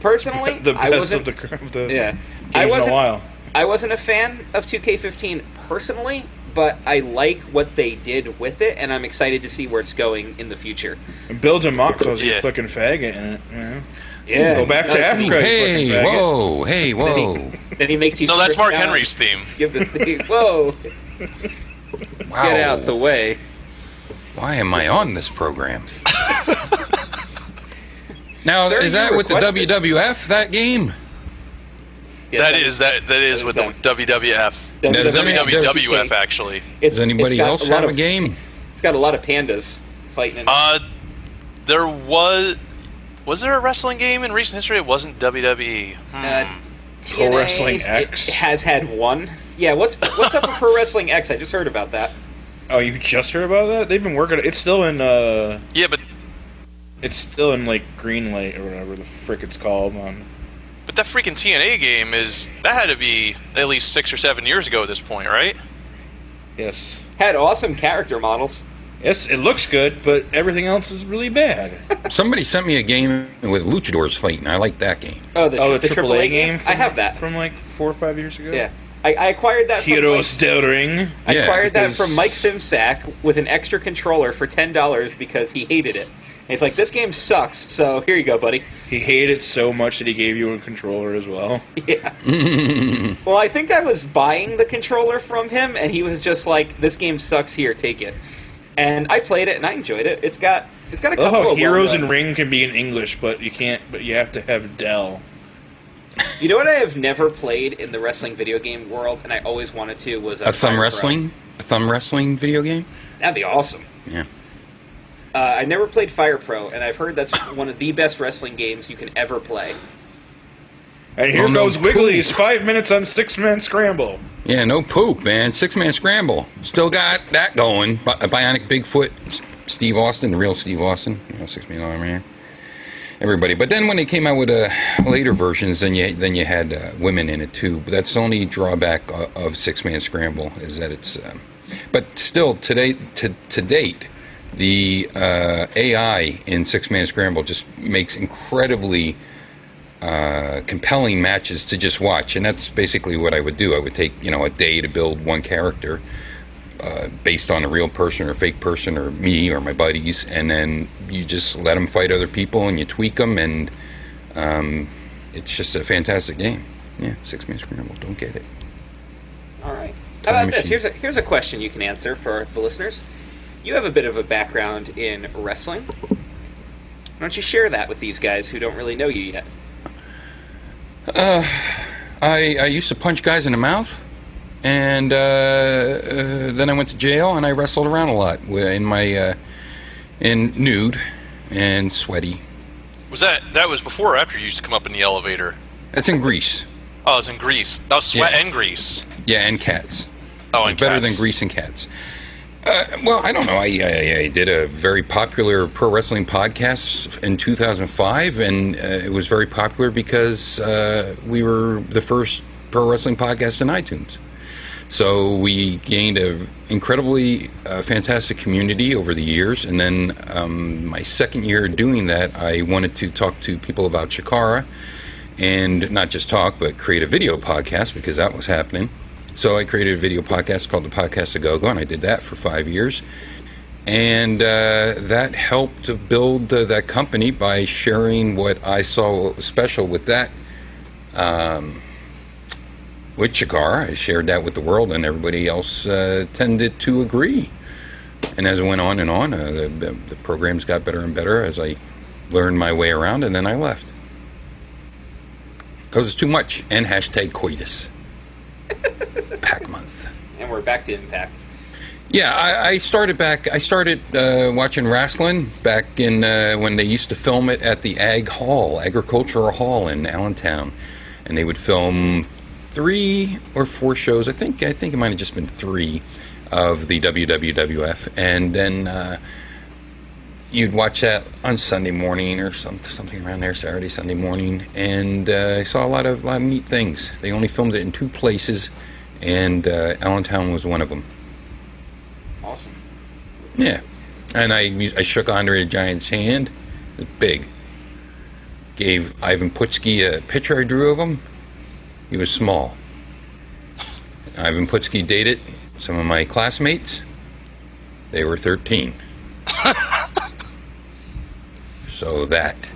Personally,
The
I
best of
wasn't.
the, cr- of the
yeah. I
games in
wasn't
a while.
I wasn't a fan of 2K15 personally, but I like what they did with it, and I'm excited to see where it's going in the future.
Bill DeMott calls you
Yeah.
a fucking faggot in it. you know?
Yeah,
Go back to
Uh,
Africa. you
Hey,
fucking faggot.
whoa, hey, whoa!
Then he makes you.
No, that's
strip
Mark
down,
Henry's theme.
Give this to you. Whoa!
Wow.
Get out the way.
Why am I on this program? now,
Sir,
is
you
that with the
requested-
WWF that game?
Yes,
that is that that is
that
with
is
the WWF.
Does
WWE.
any-
WWF actually.
It's-
Does
it's
anybody
got
else
lot
have a
of-
game?
It's got a lot of pandas fighting. In it.
Uh, there was was there a wrestling game in recent history? It wasn't E. WWE.
Uh, TNA,
Pro Wrestling X.
It has had one. Yeah, what's what's up with Pro Wrestling X? I just heard about that.
Oh, you just heard about that? They've been working. It's still in. uh
Yeah, but
It's still in like green light or whatever the frick it's called. On
but that freaking TNA game is that had to be at least six or seven years ago at this point, right?
yes,
Had awesome character models.
yes, it looks good, but everything else is really bad.
Somebody sent me a game with luchadors fighting. I like that game.
Oh, the,
oh, the,
tri- the
AAA, game.
I have that.
from like four or five years ago.
Yeah. I, I acquired that from Mike,
Heroes Del Ring.
I
Yeah,
acquired
because-
that from Mike Simsack with an extra controller for ten dollars because he hated it. And it's like this game sucks, so here you go, buddy.
He hated it so much that he gave you a controller as well.
Well, I think I was buying the controller from him, and he was just like, "This game sucks. Here, take it." And I played it, and I enjoyed it. It's got it's got
I
a
Oh,
love
couple
how Oh,
of
Heroes
well-
and Ring can be in English, but you can't. But you have to have Dell.
You know what I have never played in the wrestling video game world, and I always wanted to was uh,
A thumb
Fire Pro.
wrestling, a thumb wrestling video game.
That'd be awesome.
Yeah.
Uh, I never played Fire Pro, and I've heard that's one of the best wrestling games you can ever play.
And here
Oh, no,
goes
poof.
Wiggly's five minutes on six man scramble.
Yeah, no poop, man. Six man scramble. Still got that going. Bi- Bionic Bigfoot, S- Steve Austin, the real Steve Austin, you know, six million dollar man. Everybody. But then when they came out with uh, later versions, then you then you had uh, women in it too. But that's the only drawback o- of six man scramble is that it's. Um, but still, today to to date, the uh, AI in six man scramble just makes incredibly uh, compelling matches to just watch, and that's basically what I would do. I would take you know a day to build one character uh, based on a real person or fake person or me or my buddies, and then you just let them fight other people and you tweak them, and um, it's just a fantastic game. Yeah, six man scramble. Don't get it.
All right. How about
Time
this?
machine.
Here's a here's a question you can answer for the listeners. You have a bit of a background in wrestling. Why don't you share that with these guys who don't really know you yet?
I, I used to punch guys in the mouth, and uh, uh, then I went to jail and I wrestled around a lot wi- in my uh, in nude and sweaty.
Was that that was before or after you used to come up in the elevator?
That's in Greece.
Oh, it was in Greece. That was sweat
Yeah.
and Greece.
Yeah, and cats.
Oh,
It's
and
better
cats.
than Grease and Cats. Uh, well, I don't know. I, I, I did a very popular pro wrestling podcast in 2005, and uh, it was very popular because uh, we were the first pro wrestling podcast in iTunes. So we gained an incredibly uh, fantastic community over the years. And then um, my second year doing that, I wanted to talk to people about Chikara and not just talk, but create a video podcast because that was happening. So I created a video podcast called The Podcast A Go Go, and I did that for five years. And uh, that helped to build uh, that company by sharing what I saw what was special with that, um, with Chikara. I shared that with the world, and everybody else uh, tended to agree. And as it went on and on, uh, the, the, the programs got better and better as I learned my way around, and then I left. Because it's too much. And hashtag coitus. Pack month.
And we're back to Impact.
Yeah, I, I started back. I started uh, watching wrestling back in uh, when they used to film it at the Ag Hall, Agricultural Hall in Allentown, and they would film three or four shows. I think I think it might have just been three of the WWWF, and then uh, you'd watch that on Sunday morning or some, something around there, Saturday, Sunday morning, and uh, I saw a lot of lot of neat things. They only filmed it in two places, and uh, Allentown was one of them.
Awesome.
Yeah, and I I shook Andre the Giant's hand. It was big. Gave Ivan Putski a picture I drew of him. He was small. Ivan Putski dated some of my classmates. They were 13. so that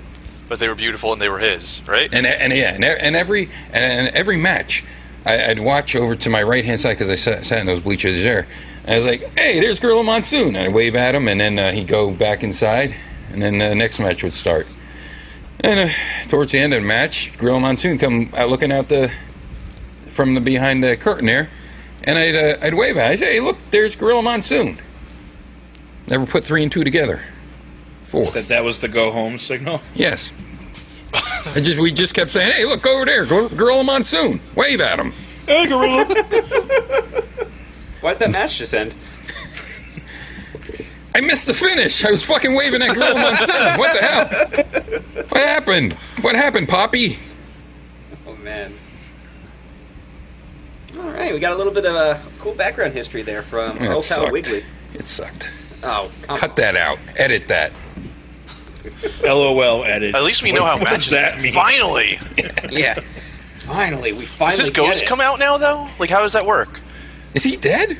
But they were beautiful and they were his, right?
and and yeah, and, and every and every match, I, I'd watch over to my right hand side because I sat, sat in those bleachers there. And I was like, "Hey, there's Gorilla Monsoon," and I wave at him, and then uh, he'd go back inside, and then the next match would start. And uh, towards the end of the match, Gorilla Monsoon come out looking out the from the behind the curtain there, and I'd uh, I'd wave at. him. I say, "Hey, look, there's Gorilla Monsoon." Never put three and two together. Four.
That that was the go home signal.
Yes. I just we just kept saying, "Hey, look over there, Gor- Gorilla Monsoon, wave at him."
Hey, gorilla.
Why'd that match just end?
I missed the finish. I was fucking waving at Gorilla Monsoon. What the hell? What happened? What happened, Poppy?
Oh man. All right, we got a little bit of a cool background history there from
Yeah, Oh,
Old
it
Pal
sucked.
Wiggly.
It sucked.
Oh, come
Cut
on.
that out. Edit that.
LOL edit.
At least we know how
What does
matches
that mean?
Finally,
Yeah. Finally, we finally
Does his ghost
get it.
come out now, though? Like, how does that work?
Is he dead?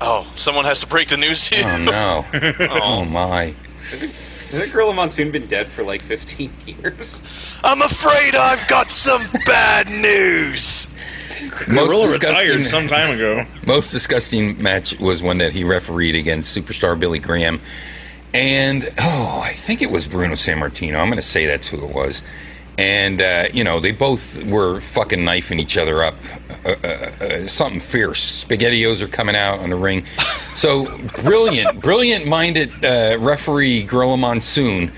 Oh, someone has to break the news to you.
Oh no! oh my!
Hasn't Gorilla Monsoon been dead for like 15 years?
I'm afraid I've got some bad news.
Gorilla
disgusting-
retired some time ago.
Most disgusting match was one that he refereed against superstar Billy Graham. And, oh, I think it was Bruno San Martino. I'm going to say that's who it was. And, uh, you know, they both were fucking knifing each other up. Uh, uh, uh, something fierce. SpaghettiOs are coming out on the ring. So, brilliant, brilliant minded uh, referee Gorilla Monsoon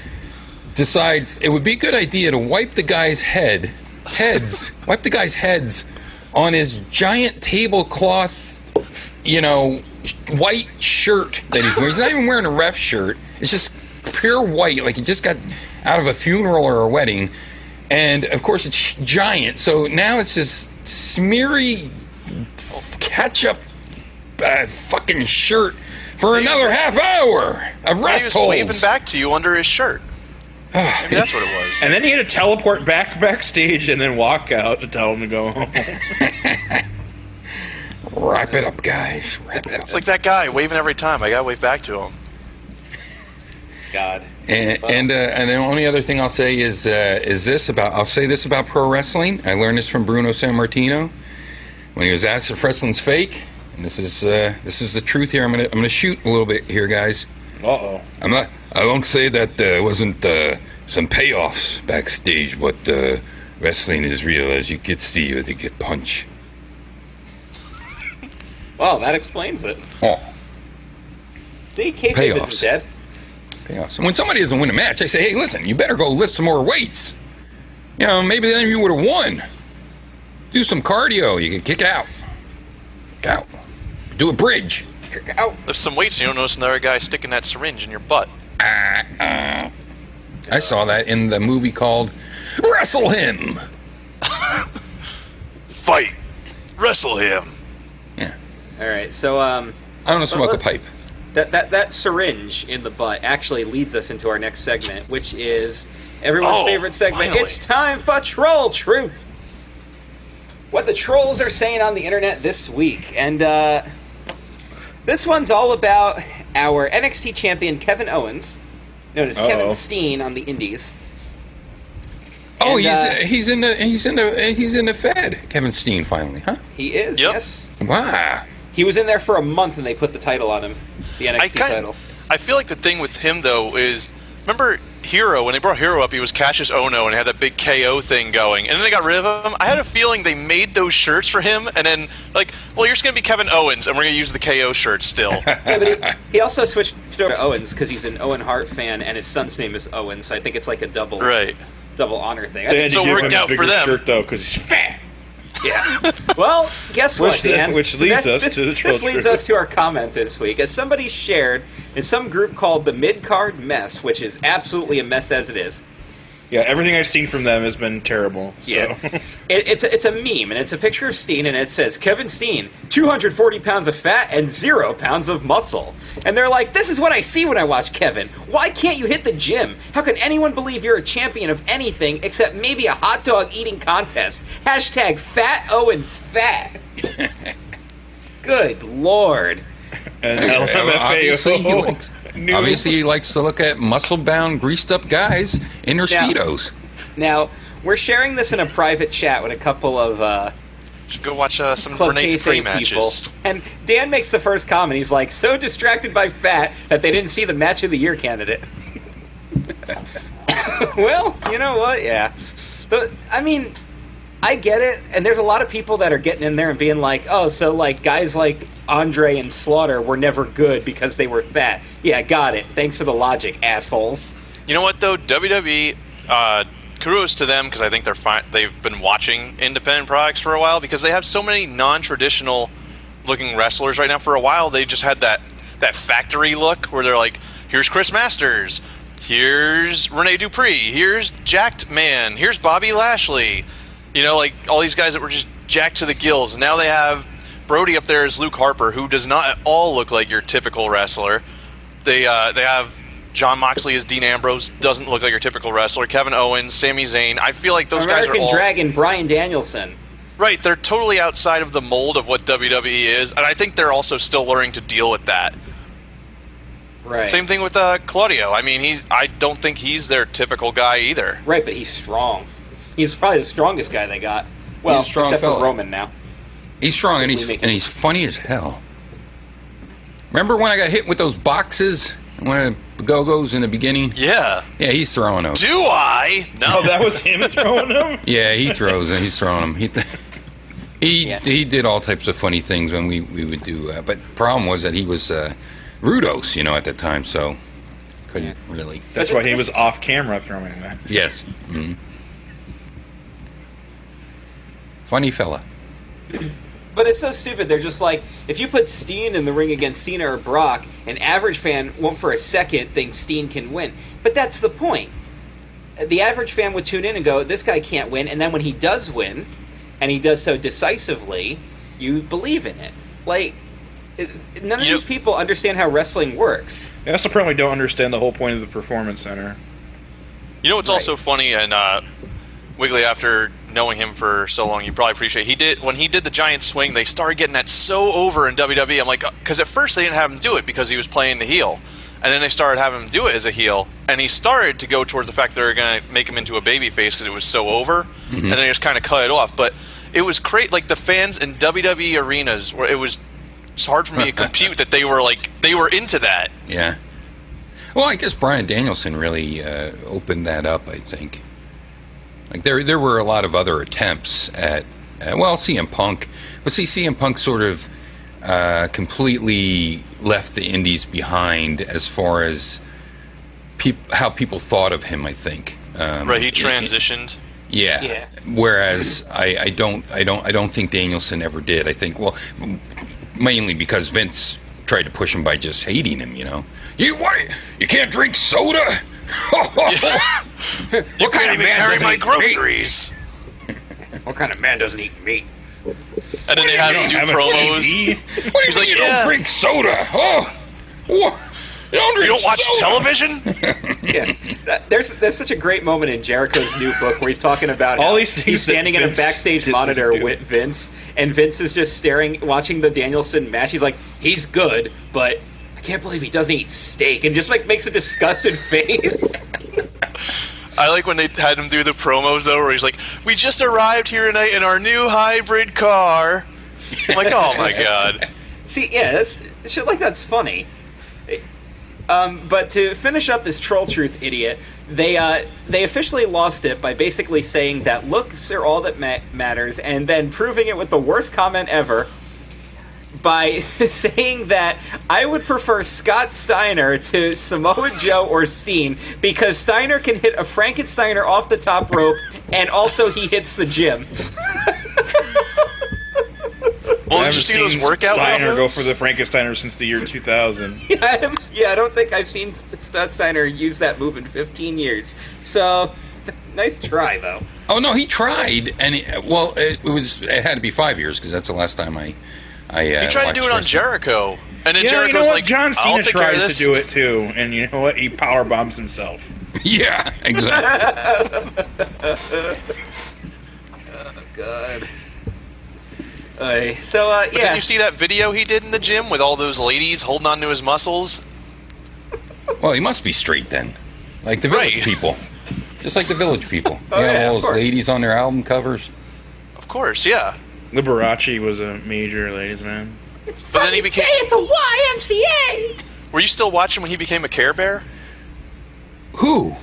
decides it would be a good idea to wipe the guy's head heads wipe the guy's heads on his giant tablecloth you know white shirt that he's wearing he's not even wearing a ref shirt it's just pure white like he just got out of a funeral or a wedding and of course it's giant so now it's just smeary ketchup uh, fucking shirt for another half hour of
He
rest
was
hold
waving back to you under his shirt. Maybe that's what it was.
And then he had to teleport back backstage and then walk out to tell him to go home.
wrap it up guys wrap it up
It's like that guy waving every time. I gotta wave back to him.
God.
And and, uh, and the only other thing I'll say is uh, is this about I'll say this about pro wrestling. I learned this from Bruno San Martino when he was asked if wrestling's fake. And this is uh, this is the truth here. I'm gonna I'm gonna shoot a little bit here, guys.
Uh oh.
I'm not. I won't say that there wasn't uh, some payoffs backstage, but uh, wrestling is real as you get see or they get punch.
Well, that explains it.
Oh.
See, kayfabe
Payoffs.
isn't dead.
payoffs. And when somebody doesn't win a match, I say, hey, listen, you better go lift some more weights. You know, maybe then you would have won. Do some cardio. You can kick out. Kick out. Do a bridge.
Oh,
Lift some weights, and you don't notice another guy sticking that syringe in your butt.
Uh, I saw that in the movie called Wrestle Him.
Fight, wrestle him.
all right. So, um,
I don't smoke a
look-
pipe.
that, that that syringe in the butt actually leads us into our next segment, which is everyone's
Oh,
favorite segment.
finally.
It's time for troll truth. What the trolls are saying on the internet this week, and uh, this one's all about our NXT champion Kevin Owens. Notice
Uh-oh.
Kevin Steen on the Indies.
Oh,
and,
he's
uh,
he's in the he's in the he's in the Fed. Kevin Steen finally, huh?
He is.
Yep.
Yes.
Wow.
He was in there for a month, and they put the title on him. The NXT
I kind
title.
of, I feel like the thing with him though is, remember Hero when they brought Hero up, he was Cassius Ono and had that big KO thing going, and then they got rid of him. I had a feeling they made those shirts for him, and then like, well, you're just gonna be Kevin Owens, and we're gonna use the KO shirt still.
Yeah, but he, he also switched it over to Owens because he's an Owen Hart fan, and his son's name is Owen, so I think it's like a double
right.
double honor thing. I
They had
think,
So
to
it
give
worked
him a
out for
bigger
them.
shirt though because he's fat.
well, guess what,
Which the-
Dan?
which leads us to the
this
children.
leads us to our comment this week, as somebody shared in some group called the Mid Card Mess, which is absolutely a mess as it is.
Yeah, everything I've seen from them has been terrible. So.
Yeah. It, it's, a, it's a meme, and it's a picture of Steen, and it says, Kevin Steen, 240 pounds of fat and zero pounds of muscle. And they're like, this is what I see when I watch Kevin. Why can't you hit the gym? How can anyone believe you're a champion of anything except maybe a hot dog eating contest? Hashtag Fat Owens Fat. Good lord.
And
Yeah, well, obviously, he
LMFAO.
likes,
New-
obviously he likes to look at muscle-bound, greased-up guys in their
Yeah.
speedos.
Now, we're sharing this in a private chat with a couple of. Uh,
Should go watch uh, some
Club
Renee Dupree
kayfabe people.
matches.
And Dan makes the first comment. He's like, so distracted by fat that they didn't see the match of the year candidate. well, you know what? Yeah. But, I mean, I get it. And there's a lot of people that are getting in there and being like, oh, so, like, guys like Andre and Slaughter were never good because they were fat. Yeah, got it. Thanks for the logic, assholes.
You know what though, WWE. Uh, kudos to them because I think they're fine. They've been watching independent products for a while because they have so many non-traditional looking wrestlers right now. For a while, they just had that that factory look where they're like, "Here's Chris Masters, here's Rene Dupree, here's Jacked Man, here's Bobby Lashley." You know, like all these guys that were just jacked to the gills. Now they have Brody up there as Luke Harper, who does not at all look like your typical wrestler. They uh, they have John Moxley as Dean Ambrose doesn't look like your typical wrestler. Kevin Owens, Sami Zayn. I feel like those guys are
American
all
Dragon Brian Danielson.
Right, they're totally outside of the mold of what WWE is, and I think they're also still learning to deal with that.
Right.
Same thing with uh, Claudio. I mean, he's I don't think he's their typical guy either.
Right, but he's strong. He's probably the strongest guy they got. Well,
He's a strong
except for
fella.
Roman now.
He's strong and he's
Definitely make it-
and he's funny as hell. Remember when I got hit with those boxes? One of the go go's in the beginning.
Yeah.
Yeah, he's throwing them.
Do I? No.
Oh, that was him throwing him.
Yeah, he throws and he's throwing them. He th- he,
Yeah.
he did all types of funny things when we we would do. Uh, but problem was that he was uh, Rudos, you know, at that time, so couldn't really.
That's why he was off camera throwing that.
Yes. Mhm. Funny fella.
But it's so stupid. They're just like, if you put Steen in the ring against Cena or Brock, an average fan won't for a second think Steen can win. But that's the point. The average fan would tune in and go, this guy can't win. And then when he does win, and he does so decisively, you believe in it. Like, it- none of
Yep.
these people understand how wrestling works.
I also probably don't understand the whole point of the performance center.
You know what's also funny and uh, Wiggly after knowing him for so long, you probably appreciate he did when he did the giant swing. They started getting that so over in WWE. I'm like, because at first they didn't have him do it because he was playing the heel, and then they started having him do it as a heel, and he started to go towards the fact they were going to make him into a baby face because it was so over, and then they just kind of cut it off. But it was great, like the fans in WWE arenas where it was. It's hard for me to compute that they were like they were into that.
Yeah. Well, I guess Brian Danielson really uh, opened that up. I think. Like there, there were a lot of other attempts at, at well, CM Punk, but see, CM Punk sort of uh, completely left the Indies behind as far as peop- how people thought of him. I think. Um,
Right, he
in- in-
transitioned.
yeah.
Yeah.
Whereas I, I don't I don't I don't think Danielson ever did. I think well, m- mainly because Vince tried to push him by just hating him. You know, you what? You can't drink soda.
You
kind of man doesn't eat meat?
What kind of man doesn't eat meat?
And then they had him do
Have a
promos.
TV?
what do you
He's
mean
like,
you
"Yeah."
don't drink soda? Oh, what? You don't, drink
You don't watch
soda?
television?
yeah, That- there's that's such a great moment in Jericho's new book where he's talking about
All
how
these things
he's standing
that
in a
Vince
backstage
did-
monitor
doesn't do.
with Vince, and Vince is just staring, watching the Danielson match. He's like, he's good, but I can't believe he doesn't eat steak, and just like makes a disgusted face.
I like when they had him do the promos though, where he's like, "We just arrived here tonight in our new hybrid car." I'm like, oh my god.
See, yeah, that's shit like that's funny. Um, but to finish up this troll truth idiot, they uh, they officially lost it by basically saying that looks are all that ma- matters, and then proving it with the worst comment ever by saying that I would prefer Scott Steiner to Samoa Joe or Steen because Steiner can hit a Frankensteiner off the top rope, and also he hits the gym.
Well, did
I
you
haven't
see those
seen
workout
Steiner go
videos?
for the Frankensteiner since the year 2000.
yeah, I haven't- yeah, I don't think I've seen Scott Steiner use that move in 15 years. So, nice try though.
Oh no, he tried, and it, well, it, was it had to be five years because that's the last time I I uh,
He tried to
watched
do it on
wrestling.
Jericho, and then
Yeah,
Jericho's
you know what?
like,
John
"I'll
Cena
take care of
tries
this."
to do it too, and you know what? He power bombs himself.
Yeah, exactly.
Good. Uh, so uh,
But
yeah,
did you see that video he did in the gym with all those ladies holding on to his muscles?
Well, he must be straight then, like the village
Right.
people, just like the village people.
Oh,
yeah,
yeah,
all
of
those
course.
ladies on their album covers.
Of course, yeah.
Liberace was a major ladies man.
it's
but then he
fucking
became-
stay at the YMCA.
Were you still watching when he became a Care Bear?
Who?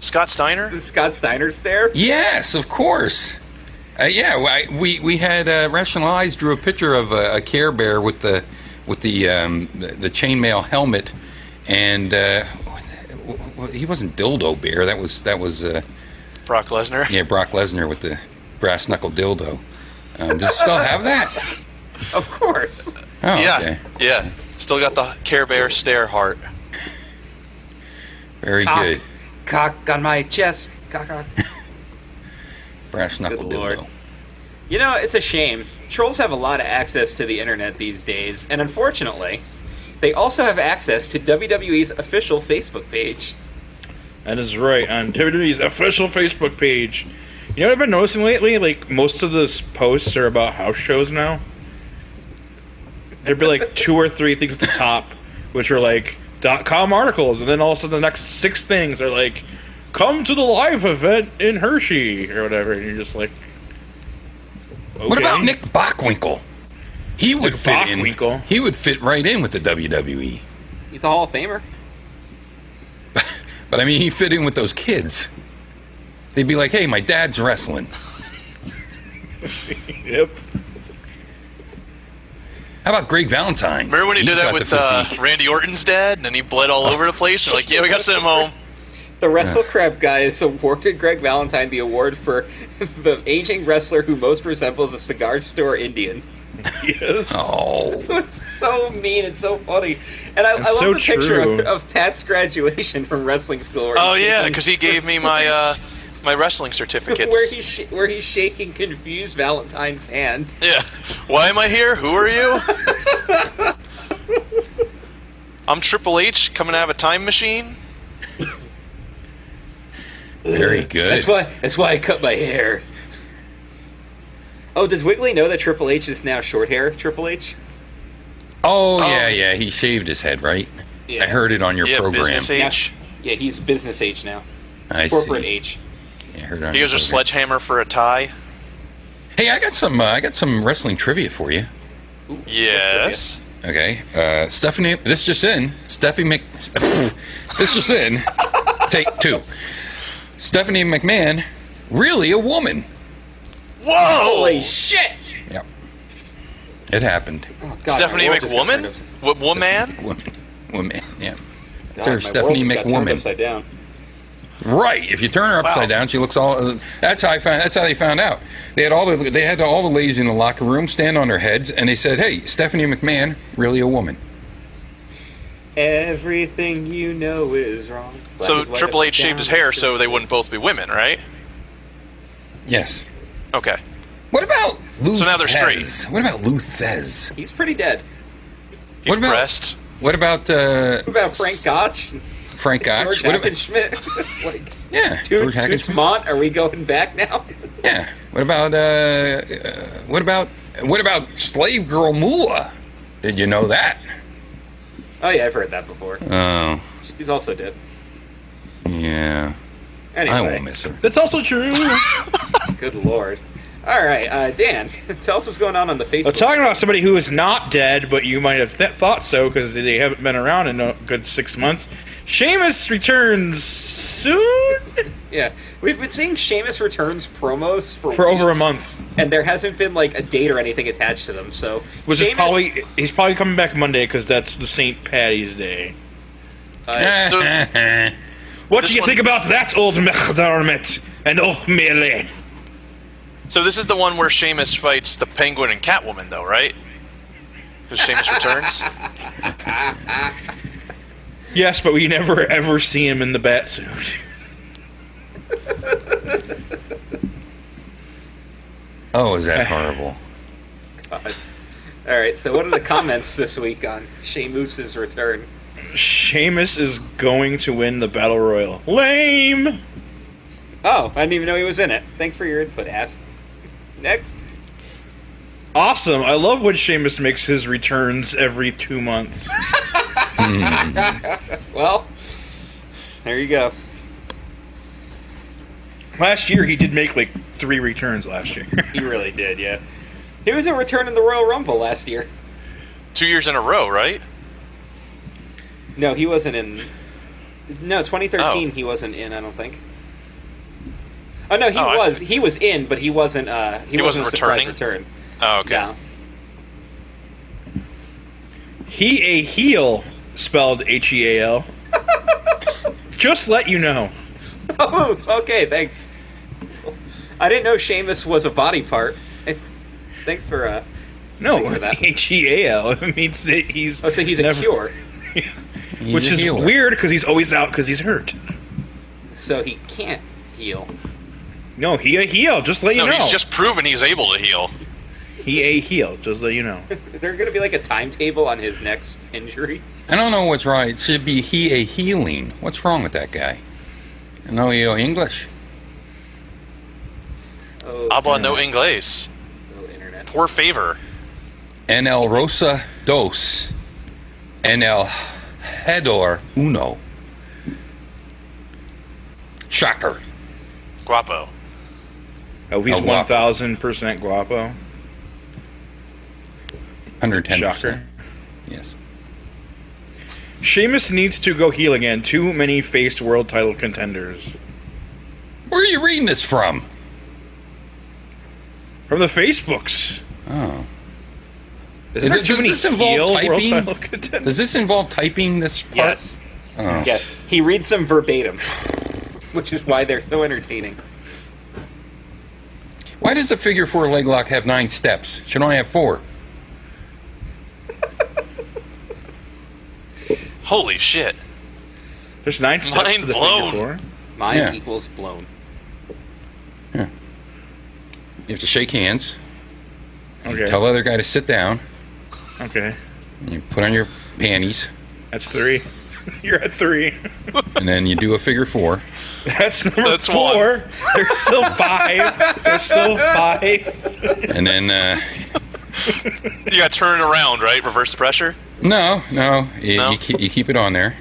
Scott Steiner?
The Scott Steiner's there.
Yes, of course. Uh, yeah, I, we we had uh, rationalized drew a picture of uh, a, a Care Bear with the with the um, the, the chainmail helmet, and uh, what the- wh- wh- he wasn't dildo bear. That was that was uh,
Brock Lesnar?
yeah Brock Lesnar with the brass knuckle dildo. Um, does it still have that?
Of course.
Oh,
yeah,
okay.
yeah. Still got the Care Bear stare heart.
very
Cock.
good.
Cock on my chest. Cock, cock.
Brass knuckle
Good lord.
dildo.
You know, it's a shame. Trolls have a lot of access to the internet these days, and unfortunately, They also have access to WWE's official Facebook page.
That is right on WWE's official Facebook page. You know what I've been noticing lately? Like most of those posts are about house shows now. There'd be like two or three things at the top, which are like dot com articles, and then all of a sudden the next six things are like, "Come to the live event in Hershey" or whatever, and you're just like, okay.
What about Nick Bockwinkel? He would
Nick
fit in.
Bockwinkel?
He would fit right in with the E. WWE.
He's a Hall of Famer.
But I mean, he fit in with those kids. They'd be like, "Hey, my dad's wrestling.
Yep.
How about Greg Valentine?"
Remember when he
He's
did that
got
with
the
uh,
physique. Oh.
Randy Orton's dad, and then he bled all over the place? They're like, yeah, we got to send him home.
The Wrestle Crab guy has awarded Greg Valentine the award for the aging wrestler who most resembles a cigar store Indian.
Yes.
Oh,
It's so mean. It's so funny. And I, I
It's
love
so
the picture
true.
of, of Pat's graduation from wrestling school. where
Oh
he's
yeah,
shaking-
because he gave me my uh, my wrestling certificates.
where he's sh- where he's shaking confused Valentine's hand.
Yeah. Why am I here? Who are you? I'm Triple H coming out of a time machine.
very good.
That's why. That's why I cut my hair. Oh, does Wiggly know that Triple H is now short hair? Triple H.
Oh,
Oh.
yeah, yeah. He shaved his head, right?
Yeah.
I heard it on your
yeah,
program.
business
Now-
age.
yeah, he's business age now.
I
Corporate
see.
age.
Yeah, I heard it on
You
your
guys are
program.
sledgehammer for a tie.
Hey, I got some. Uh, I got some wrestling trivia for you.
Yes.
Okay, uh, Stephanie. This just in. Stephanie Mc. this just in. Take two. Stephanie McMahon, really a woman?
Whoa!
Holy shit!
Yep. It happened.
Oh, God,
Stephanie
my world just got turned
McWoman?
upside-
What woman?
Woman. Woman. Yeah.
God,
Sir,
my
Stephanie
world just got turned
McWoman.
Upside down.
Right. If you turn her upside down, she looks all. uh, That's how I found. That's how they found out. They had all the. They had all the ladies in the locker room stand on their heads, and they said, "Hey, Stephanie McMahon, really a woman?"
Everything you know is wrong. Black
So
is white
Triple H
upside
shaved his
down.
hair so they wouldn't both be women, right?
Yes.
Okay.
What about Luthez?
So now they're
What about Luthez?
He's pretty dead.
He's
What about-
breast.
What about uh,
What about Frank
S-
Gotch? and
Frank Gotch?
George
what about,
Hackenschmidt? like,
yeah, George
Toots,
Hackenschmidt?
Toots Mont, are we going back now?
Yeah. What about uh, uh, what about what about Slave Girl Moolah? Did you know that?
Oh, yeah, I've heard that before.
Oh,
She's also dead.
yeah.
Anyway,
I won't miss her.
That's also true.
good lord. All right, uh, Dan, tell us what's going on on the
Well,
Facebook.
talking about somebody who is not dead, but you might have th- thought so because they haven't been around in a good six months. Sheamus returns soon
yeah, we've been seeing Sheamus returns promos for
for over a
weeks,
month,
and there hasn't been like a date or anything attached to them. So,
which
Sheamus,
is probably he's probably coming back Monday because that's the St. Patty's Day.
Uh, so-
What
This
do you
one-
think about that, old McDermott and old Melee?
So this is the one where Sheamus fights the Penguin and Catwoman, though, right? Because Sheamus returns.
Yes, but we never ever see him in the bat suit.
oh, is that horrible?
all right. So, what are the comments this week on Sheamus's return?
Sheamus is going to win the battle royal. Lame.
Oh, I didn't even know he was in it. Thanks for your input, ass. Next.
Awesome. I love when Sheamus makes his returns every two months.
Well, there you go.
Last year, he did make like three returns last year.
He really did, yeah. He was a return in the Royal Rumble last year.
Two years in a row, right?
No, he wasn't in. No,
Oh.
2013 he wasn't in. I don't think. Oh no, he
Oh, I
was. He was in, but he wasn't. Uh, he,
He wasn't
wasn't, a surprise
returning?
return.
Oh, okay.
No.
he a heel, spelled H E A L. Just let you know.
Oh, okay. Thanks. I didn't know Sheamus was a body part. thanks for. Uh,
No,
Thanks for that.
H E A L. It means that he's.
oh, so he's a
never-
cure.
He's
Which
a
is
healer.
weird because he's always out because he's hurt.
So he can't heal.
No, he a heel. Just let you
No,
know.
he's just proven he's able to heal.
He a heel, just so you know.
Is there going to be like a timetable on his next injury?
I don't know what's right. It should be he a healing. What's wrong with that guy? No, you know English.
Oh,
Habla no inglés.
oh, internet.
Por favor.
En el Rosa Dos. En el Hedor Uno. Shocker.
Guapo.
Oh, he's
A guapo.
one thousand percent guapo.
110%.
Shocker.
Yes.
Sheamus needs to go heel again. Too many faced world title contenders.
Where are you reading this from?
From the Facebooks.
Oh.
Isn't there
Does
too many
this involve
heel world
typing?
title contenders?
Does this involve typing this part?
Yes.
Oh.
Yes. He reads them verbatim, which is why they're so entertaining.
Why does the figure four leg lock have nine steps? Should only have four.
Holy shit.
There's nine steps
Mind
to the
blown.
figure four.
Mine
Yeah.
equals blown.
You have to shake hands,
Okay.
tell the other guy to sit down,
okay.
and you put on your panties,
That's three. You're at three.
and then you do a figure four.
That's number
That's one.
four. There's still five. There's still five.
And then, uh,
You gotta turn it around, right? Reverse pressure?
no, no, you,
No.
You, keep, you keep it on there.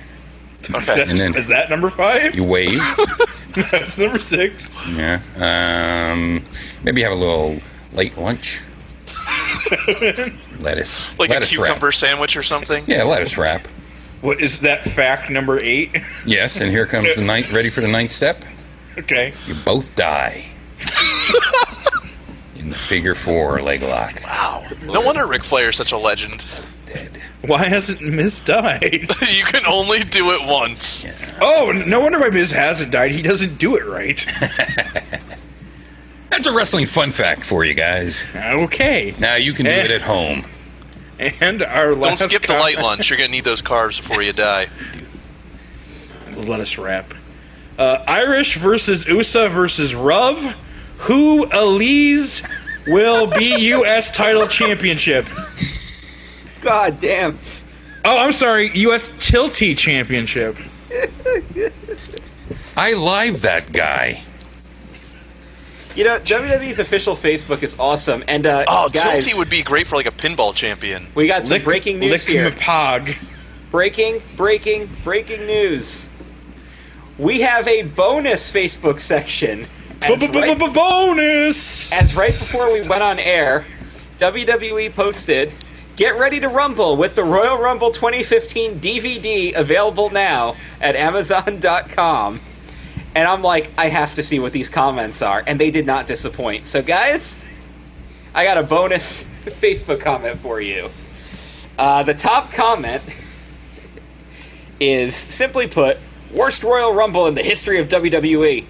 Okay.
And then-
is that number five?
You wave.
That's number six.
yeah. Um, maybe have a little late lunch. lettuce.
Like
lettuce
a cucumber
Wrap.
sandwich or something?
Yeah, lettuce wrap.
What is that fact number eight?
Yes, and here comes the ninth. Ready for the ninth step?
Okay.
You both die. In the figure four leg lock.
Wow. No wonder Ric Flair is such a legend.
Dead.
Why hasn't Miz died?
you can only do it once.
Oh, no wonder why Miz hasn't died. He doesn't do it right.
That's a wrestling fun fact for you guys.
okay.
Now you can do
Eh.
it at home.
And our
Don't
last
skip the light
comment-
lunch. You're gonna need those carbs before you die.
Let us wrap. Uh, Irish versus USA versus Rov. Who Elise will be U.S. title championship?
God damn.
Oh, I'm sorry, U.S. Tilty Championship.
I live that guy.
You know, WWE's official Facebook is awesome. And uh,
Oh,
guys,
Tilty would be great for like a pinball champion.
we got some breaking
Lick
news here.
Mapog.
Breaking, breaking, breaking news. We have a bonus Facebook section. As right-
Bonus.
as right before we went on air, WWE posted, "Get ready to rumble with the Royal Rumble 2015 DVD available now at Amazon.com." And I'm like, I have to see what these comments are, and they did not disappoint. So, guys, I got a bonus Facebook comment for you. Uh, the top comment is simply put, "Worst Royal Rumble in the history of WWE."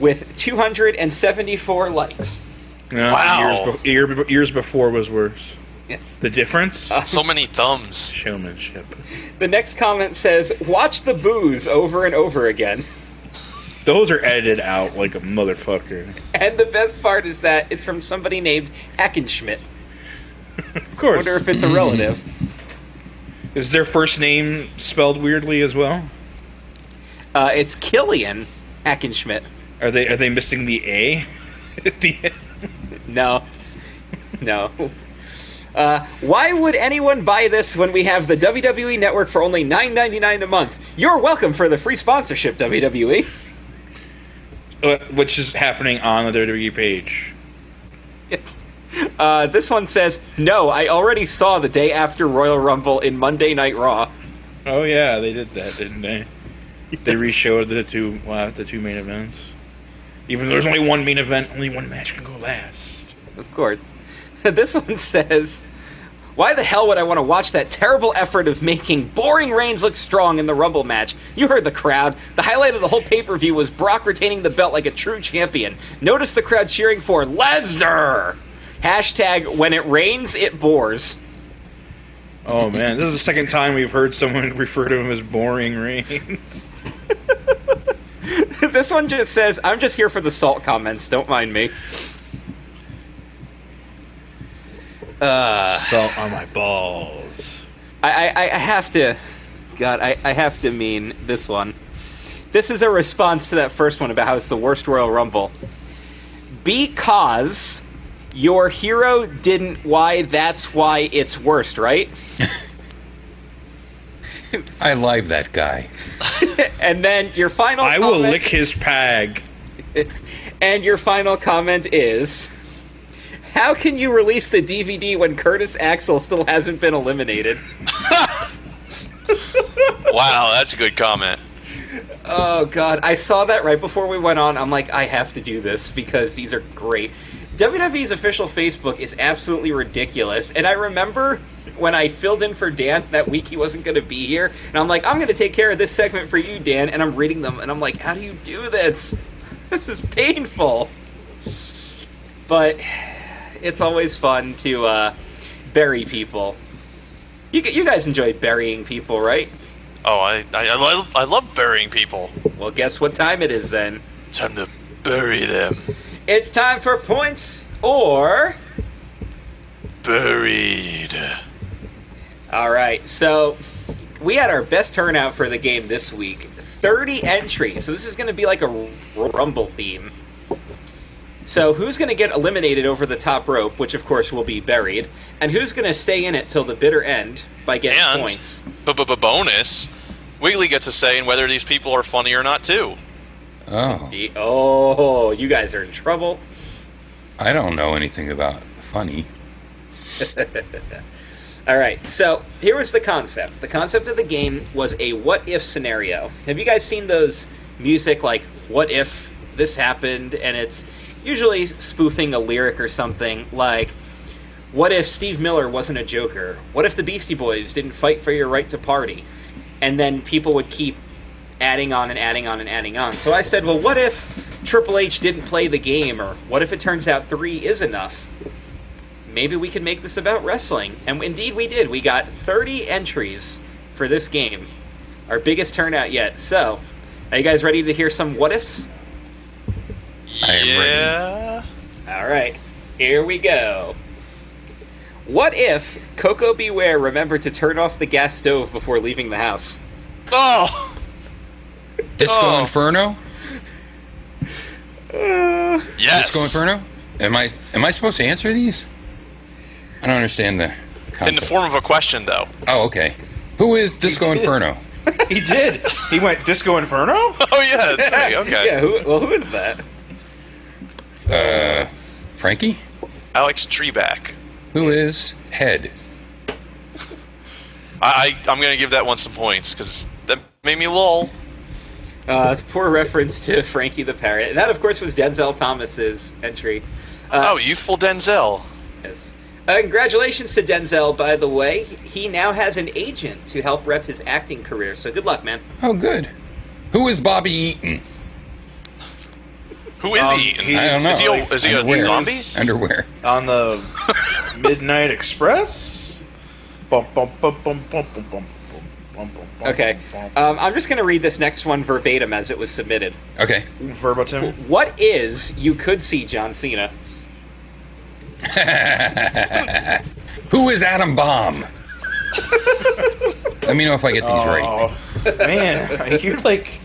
With 274 likes.
No,
Wow.
Years, be- year be- years before was worse.
Yes.
The difference?
So many thumbs.
Showmanship.
The next comment says, "Watch the booze over and over again."
Those are edited out like a motherfucker.
And the best part is that it's from somebody named Hackenschmidt.
Of course.
Wonder if it's a relative.
Is their first name spelled weirdly as well?
Uh, it's Killian Hackenschmidt.
Are they are they missing the A? At the end?
No, no. Uh, why would anyone buy this when we have the WWE Network for only $9.99 a month? You're welcome for the free sponsorship, E. WWE.
Uh, Which is happening on the WWE page.
Yes. Uh, this one says, "No, I already saw the day after Royal Rumble in Monday Night Raw."
Oh yeah, they did that, didn't they? They reshowed the two well, the two main events. Even though there's only one main event, only one match can go last.
Of course. this one says, Why the hell would I want to watch that terrible effort of making boring Reigns look strong in the Rumble match? You heard the crowd. The highlight of the whole pay per view was Brock retaining the belt like a true champion. Notice the crowd cheering for Lesnar! Hashtag, when it rains, it pours.
Oh man, this is the second time we've heard someone refer to him as boring Reigns.
this one just says, I'm just here for the salt comments. Don't mind me.
Salt on my balls.
I, I, I have to. God, I, I have to mean this one. This is a response to that first one about how it's the worst Royal Rumble. Because your hero didn't why, that's why it's worst, right?
I live that guy.
And then your final
I will
comment,
lick his pag.
and your final comment is How can you release the DVD when Curtis Axel still hasn't been eliminated?
Wow, that's a good comment.
Oh god, I saw that right before we went on. I'm like, I have to do this because these are great. WWE's official Facebook is absolutely ridiculous, and I remember when I filled in for Dan that week he wasn't going to be here, and I'm like, I'm going to take care of this segment for you, Dan, and I'm reading them, and I'm like, how do you do this? This is painful. But it's always fun to uh, bury people. You, g- you guys enjoy burying people, right?
Oh, I I, I, love, I love burying people.
Well, guess what time it is then.
Time to bury them.
It's time for points or.
Buried.
All right, so we had our best turnout for the game this week 30 entries. So this is going to be like a r- rumble theme. So who's going to get eliminated over the top rope, which of course will be buried, and who's going to stay in it till the bitter end by getting
And
points?
bonus, Wiggly gets a say in whether these people are funny or not too.
Oh,
The- oh, you guys are in trouble.
I don't know anything about funny.
All right, so here was the concept. The concept of the game was a what if scenario. Have you guys seen those music like what if this happened? And it's usually spoofing a lyric or something like, what if Steve Miller wasn't a Joker? What if the Beastie Boys didn't fight for your right to party? And then people would keep adding on and adding on and adding on. So I said, well, what if Triple H didn't play the game? Or what if it turns out three is enough? maybe we could make this about wrestling. And indeed, we did. We got 30 entries for this game, our biggest turnout yet. So, are you guys ready to hear some what ifs?
I am
yeah.
All right, here we go. What if Coco Beware remembered to turn off the gas stove before leaving the house?
Oh.
Disco
Oh.
Inferno?
Yes.
Disco Inferno? Am I am I supposed to answer these? I don't understand the concept.
In the form of a question, though.
oh, okay. Who is Disco Inferno?
He did. He went Disco Inferno?
Oh yeah, that's right. Okay.
yeah, who, well, who is that?
Frankie?
Alex Treeback.
Who is Head?
I, I I'm gonna give that one some points because that made me lol.
Uh, it's a poor reference to Frankie the Parrot. And that, of course, was Denzel Thomas's entry.
oh, youthful Denzel.
Yes. Uh, congratulations to Denzel, by the way. He now has an agent to help rep his acting career, so good luck, man.
Oh, good. Who is Bobby Eaton?
Who is
Um,
he? eating?
he-
I don't know.
Is he a, is he a
Underwear.
zombie?
Underwear.
On the Midnight Express? Bum, bum, bum, bum, bum, bum, bum, bum, bum, bum, bum,
Okay.
bum, bum.
Um, I'm just going to read this next one verbatim as it was submitted.
Okay.
Verbatim.
What is you could see John Cena?
Who is Adam Bomb? Let me know if I get these right.
Oh, man. You're like.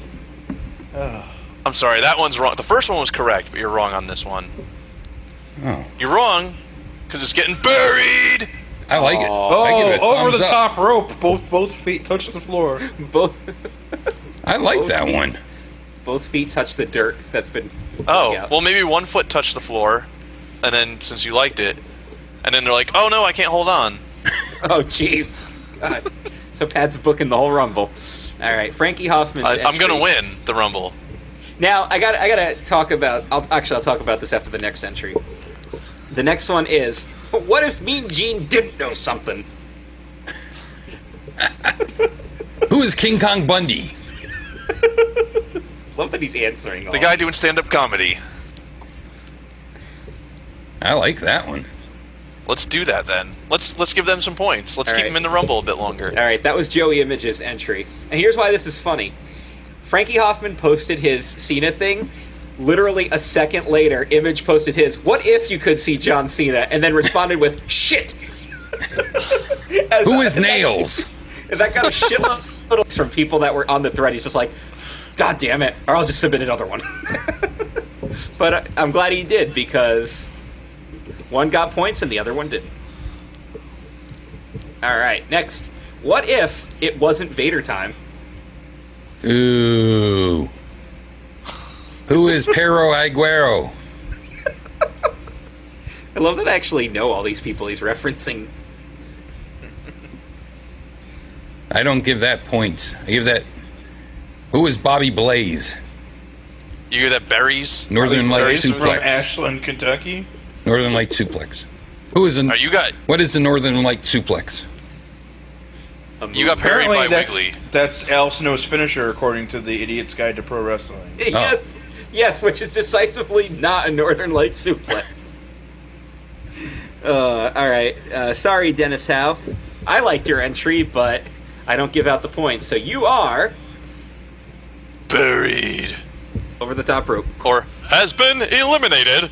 I'm sorry, that one's wrong. The first one was correct, but you're wrong on this one.
Oh,
You're wrong because it's getting buried.
I like it.
Oh,
I give it a
over the
thumbs up.
top rope. Both both feet touch the floor.
Both
I like that one.
both feet touch the dirt that's been.
Oh,
Yeah.
well, maybe one foot touched the floor, and then since you liked it, and then they're like, oh no, I can't hold on.
Oh, jeez. God. so Pat's booking the whole rumble. All right, Frankie Hoffman.
I, I'm gonna win the rumble.
Now I got I gotta talk about. I'll, actually, I'll talk about this after the next entry. The next one is what if Mean Gene didn't know something?
Who is King Kong Bundy?
Love that he's answering. All.
The guy doing stand-up comedy.
I like that one.
Let's do that then. Let's let's give them some points. Let's
All
keep
right.
them in the rumble a bit longer.
All right, that was Joey Image's entry, and here's why this is funny. Frankie Hoffman posted his Cena thing, Literally a second later, Image posted his "What if you could see John Cena?" and then responded with "Shit." As-
Who is
and that-
Nails?
And that got a shitload of from people that were on the thread. He's just like, "God damn it!" Or I'll just submit another one. but I, I'm glad he did because one got points and the other one didn't. All right, next. What if it wasn't Vader time?
Ooh. Who is Pero Aguero?
I love that I actually know all these people he's referencing.
I don't give that points. I give that. Who is Bobby Blaze?
You hear that berries?
Northern Light
Larry's from
Suplex.
Ashland, Kentucky.
Northern Light Suplex. Who is
Are
a,
you got
What is the Northern Light Suplex?
A
you got buried
movie.
Apparently,
by
that's
Wiggly.
that's Al Snow's finisher, according to the Idiot's Guide to Pro Wrestling.
yes, yes, which is decisively not a Northern Light suplex. uh, all right, uh, sorry, Dennis Howe. I liked your entry, but I don't give out the points. So you are
Buried.
over the top rope.
Or has been eliminated.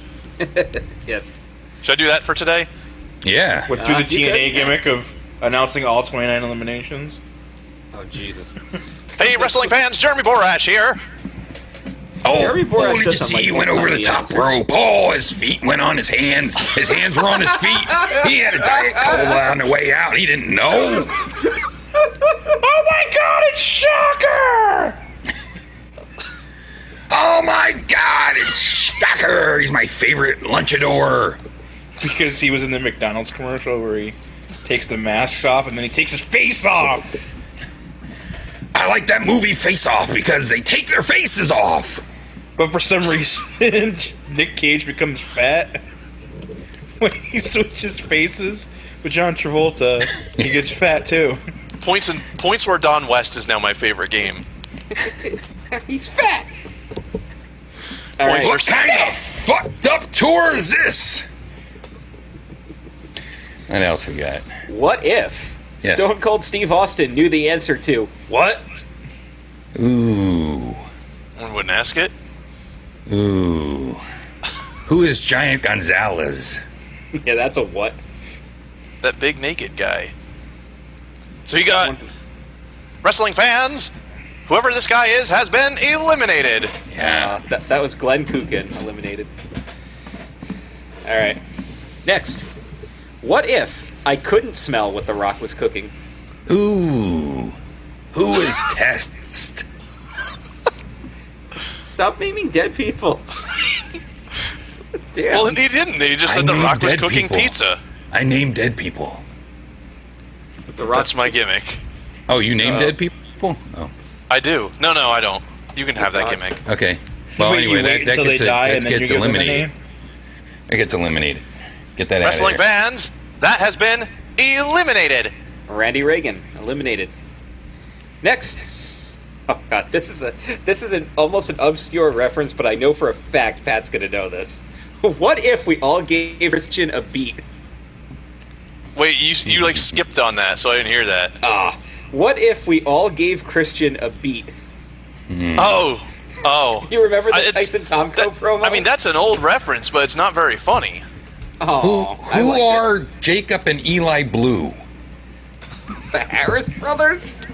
Yes.
Should I do that for today?
Yeah.
What do
Uh,
the
you
TNA
could-
gimmick of announcing all 29 eliminations?
Oh Jesus.
Hey, wrestling fans, Jeremy Borash here.
Oh,
Jeremy Borash
oh, did you
does
see
something
he
like
went
that
over
on
the
the
top
outside.
rope. Oh, his feet went on his hands. His hands were on his feet. He had a diet cola on the way out. He didn't know.
Oh my God! It's Shocker!
Oh my God! It's Shocker. He's my favorite lunchador.
Because he was in the McDonald's commercial where he takes the masks off and then he takes his face off.
I like that movie Face Off because they take their faces off.
But for some reason, Nick Cage becomes fat when he switches faces with John Travolta. He gets fat too.
Points and points where Don West is now my favorite game.
He's fat. All
Points where
right.
What kind of fucked up tour is this? What else we got?
What if
Yes.
Stone Cold Steve Austin knew the answer to what?
Ooh,
one wouldn't ask it.
ooh. Who is Giant Gonzalez?
Yeah, that's a what.
That big naked guy. So you got wrestling fans. Whoever this guy is has been eliminated.
Uh, that, that was Glenn Kukin eliminated. All right. Next. What if I couldn't smell what The Rock was cooking?
Ooh. Who is Test?
Stop naming dead people. Damn.
Well, he didn't. He just
I
said The
named
Rock was
dead
cooking
people.
pizza.
I name dead people.
the Rock.
That's my gimmick.
Oh, you name
Uh,
dead people? Oh,
I do. No, no, I don't. You can have that
Rock.
gimmick.
okay. Well,
Wait, you
anyway, that,
wait
that
until
gets,
they
it-
die
that
and then
gets
you give them a
eliminated.
name?
That gets eliminated. Get that
Wrestling
out of there.
fans, that has been eliminated.
Randy Reagan eliminated. Next. Oh god, this is a this is an almost an obscure reference, but I know for a fact Pat's gonna know this. What if we all gave Christian a beat?
Wait, you you like skipped on that, so I didn't hear that.
Ah, what if we all gave Christian a beat?
Oh, oh.
You remember the
I- it's-
Tyson Tomko
that-
promo?
I mean, that's an old reference, but it's not very funny.
Who,
Aw, I
who
liked it.
are Jacob and Eli Blue?
the Harris brothers?
So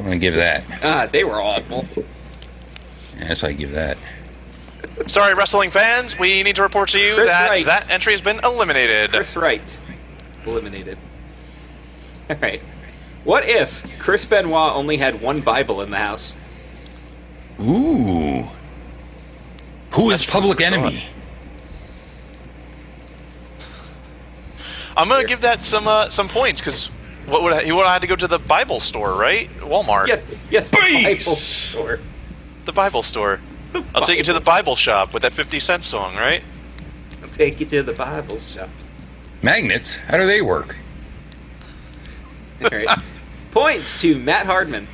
I'm going to give that.
Ah, they were awful.
That's why I give that.
Sorry, wrestling fans, we need to report to you
Chris
that
Wright.
that entry has been eliminated.
Chris Wright eliminated. All right. What if Chris Benoit only had one Bible in the house?
Ooh. Who is
That's
Public
pretty
Enemy?
I'm gonna give that some uh, some points because what would I, he would I had to go to the Bible store, right? Walmart.
Yes, yes, the
Beast!
Bible store.
The Bible store. I'll take you to the Bible shop with that 50 cent song, right?
I'll take you to the Bible shop.
Magnets? How do they work?
All right. Points to Matt Hardman,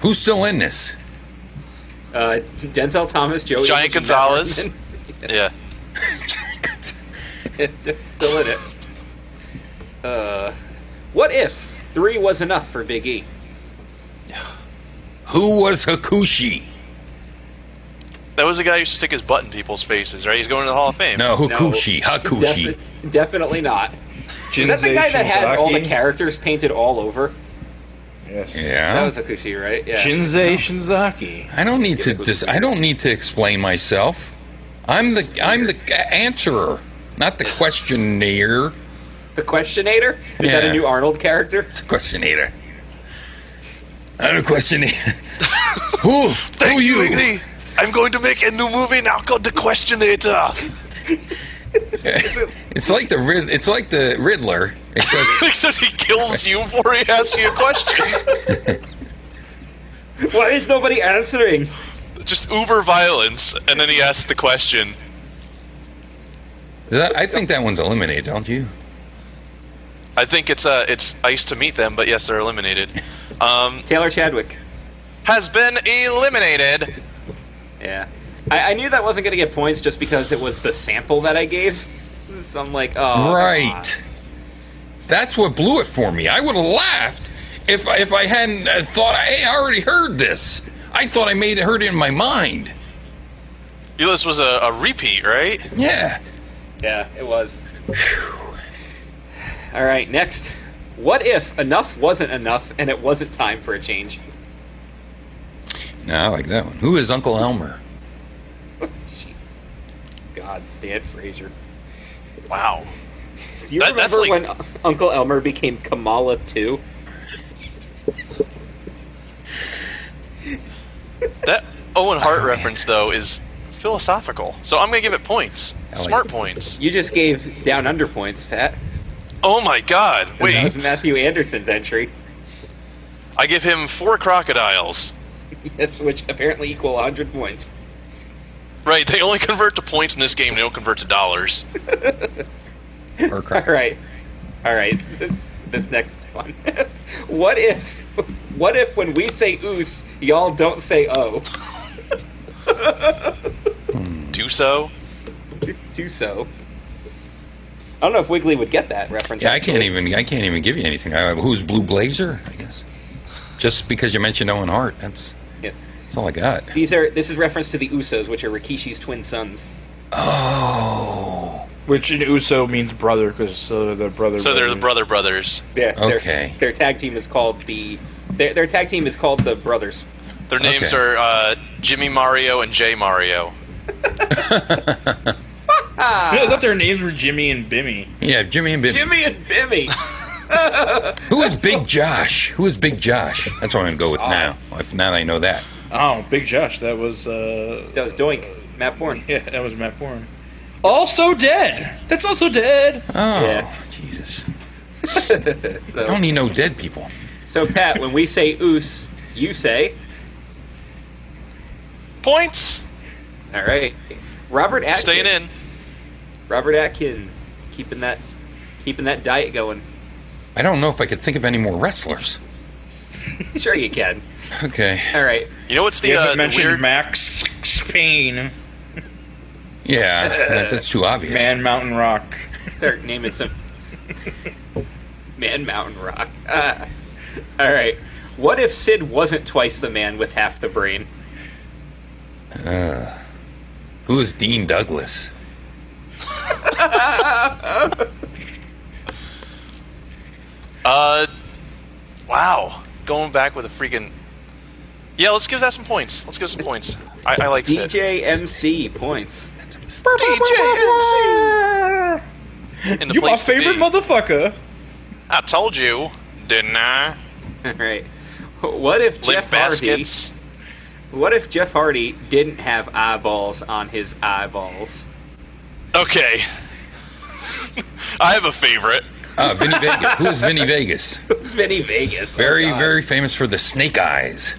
Who's still in this?
uh, Denzel Thomas, Joey
Giant
Image, and Matt
Gonzalez.
Hardman.
Yeah.
Just Still in it. Uh, what if three was enough for Big E?
Who was Hakushi?
That was the guy who used to stick his butt in people's faces, right? He's going to the Hall of Fame.
No, Hukushi, Hakushi.
Defi- definitely not. Is that the guy that had all the characters painted all over?
Yes.
Oh.
yeah.
That was Akushi, right? Yeah.
Shinzei Shinzaki.
I don't need to.
Give it a
Dis- I don't need to explain myself. I'm the I'm the g- answerer, not the questionnaire.
The Questionator? Is that
Yeah.
a new Arnold character?
It's a questionnator. I'm a questionnator. who who you?
Iggy. I'm going to make a new movie now called The Questionator.
It's like the Rid- It's like the Riddler, except
Except he kills you before he asks you a question.
Why is nobody answering?
Just uber violence, and then he asks the question.
that, I think that one's eliminated, don't you?
I think it's uh, it's ice to meet them, but yes, they're eliminated. Um,
Taylor Chadwick.
has been eliminated.
Yeah. I, I knew that wasn't going to get points just because it was the sample that I gave. So I'm like, oh.
right. That's what blew it for me. I would have laughed if if I hadn't uh, thought. Hey, I already heard this. I thought I made it heard it in my mind.
This was a, a repeat, right?
Yeah.
Yeah, it was. All right, next. What if enough wasn't enough and it wasn't time for a change?
No, I like that one. Who is Uncle Elmer?
Jeez. God, Stan Fraser.
Wow.
Do you
That- that's
remember
like-
when Uncle Elmer became Kamala too?
That Owen Hart reference, though, is philosophical. So I'm going to give it points.
I like
Smart
it.
points.
You just gave Down Under points, Pat.
Oh my god.
That
Wait.
was Matthew Anderson's entry.
I give him four crocodiles.
Yes, which apparently equal 100 points.
Right, they only convert to points in this game, they don't convert to dollars.
Or
All right. All right. This next one. what if what if when we say oos, y'all don't say oh?
Do so.
Do so. I don't know if Wiggly would get that reference.
Yeah, I can't
actually.
even. I can't even give you anything. Uh, who's Blue Blazer? I guess. Just because you mentioned Owen Hart, that's
Yes.
that's all I got.
These are this is reference to the Usos, which are Rikishi's twin sons.
Oh,
Which in Uso means brother because uh, they're brother.
So they're the
brothers.
brother brothers.
Yeah. their-
Okay.
Their, tag team is called the their, their tag team is called the Brothers.
Their names
Okay.
are uh, Jimmy Mario and Jay Mario.
Yeah, I thought their names were Jimmy and Bimmy.
yeah, Jimmy and Bib.
Jimmy and Bimmy.
Who is Big Josh? Who is Big Josh? That's what I'm gonna go
Ah.
with now. If now that I know that.
Oh, Big Josh. That was uh,
that was Doink. Matt Bourne.
yeah, that was Matt Bourne. Also dead. That's also dead.
Oh,
Yeah.
Jesus! I
So
don't need no dead people.
so Pat, when we say oos, you say
Points!
all right. Robert Atkins.
Staying in.
Robert Atkin, keeping that keeping that diet going.
I don't know if I could think of any more wrestlers.
Sure you can.
Okay.
All right.
You know what's the,
You
uh,
haven't
the
mentioned
weird.
Max Payne,
Yeah, that- that's too obvious.
Man Mountain Rock.
Start naming some. man Mountain Rock. Ah. all right. What if Sid wasn't twice the man with half the brain?
Who is Dean Douglas?
Uh, wow. Going back with a freaking. Yeah, let's give that some points. Let's give some points. I, I like Sid.
DJ MC points.
That's a mistake.
DJ MC. In the
You my
place to
favorite
be.
motherfucker.
I told you, didn't I?
All right. What if
Limp
Jeff Hardy?
baskets.
What if Jeff Hardy didn't have eyeballs on his eyeballs?
Okay. I have a favorite.
Uh, Vinny Vegas. Who is Vinny Vegas?
It's Vinny Vegas. Oh,
Very,
God.
very famous for the snake eyes.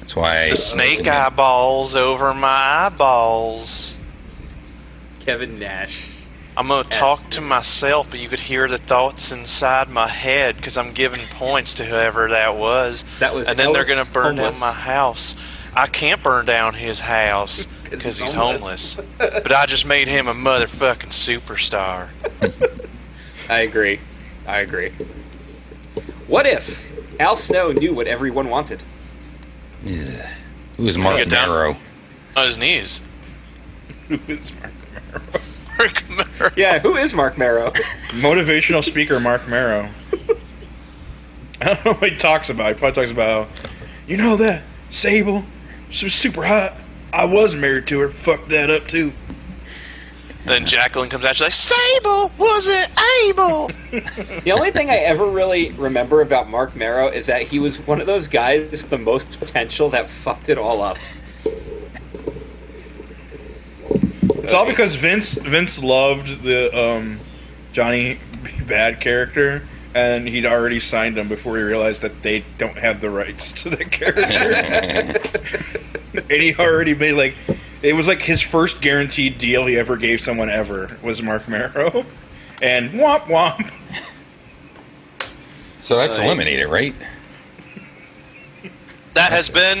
That's why I-
The snake eyeballs over my eyeballs.
Kevin Nash.
I'm gonna
Yes.
talk to myself, but you could hear the thoughts inside my head because I'm giving points to whoever that was.
That was
and then they're
Ellis
gonna burn
Homeless.
down my house. I can't burn down his house
'Cause
because
he's
he's
homeless.
homeless. but I just made him a motherfucking superstar.
I agree. I agree. What if Al Snow knew what everyone wanted?
Who is
Get
Martin
down.
Arrow?
On his knees.
Who is Mark Marrow?
Mark Merrill.
Yeah, who is Mark Marrow?
Motivational speaker Mark Marrow. I don't know what he talks about. He probably talks about, you know that Sable, she was super hot. I was married to her. Fucked that up too.
Then Jacqueline comes out. She's like, "Sable wasn't able."
The only thing I ever really remember about Mark Marrow is that he was one of those guys with the most potential that fucked it all up.
It's all because Vince Vince loved the um, Johnny B. Bad character, and he'd already signed him before he realized that they don't have the rights to that character. and he already made like it was like his first guaranteed deal he ever gave someone ever was Mark Marrow, and womp womp.
So that's
Oh,
Right.
eliminated, right?
That has been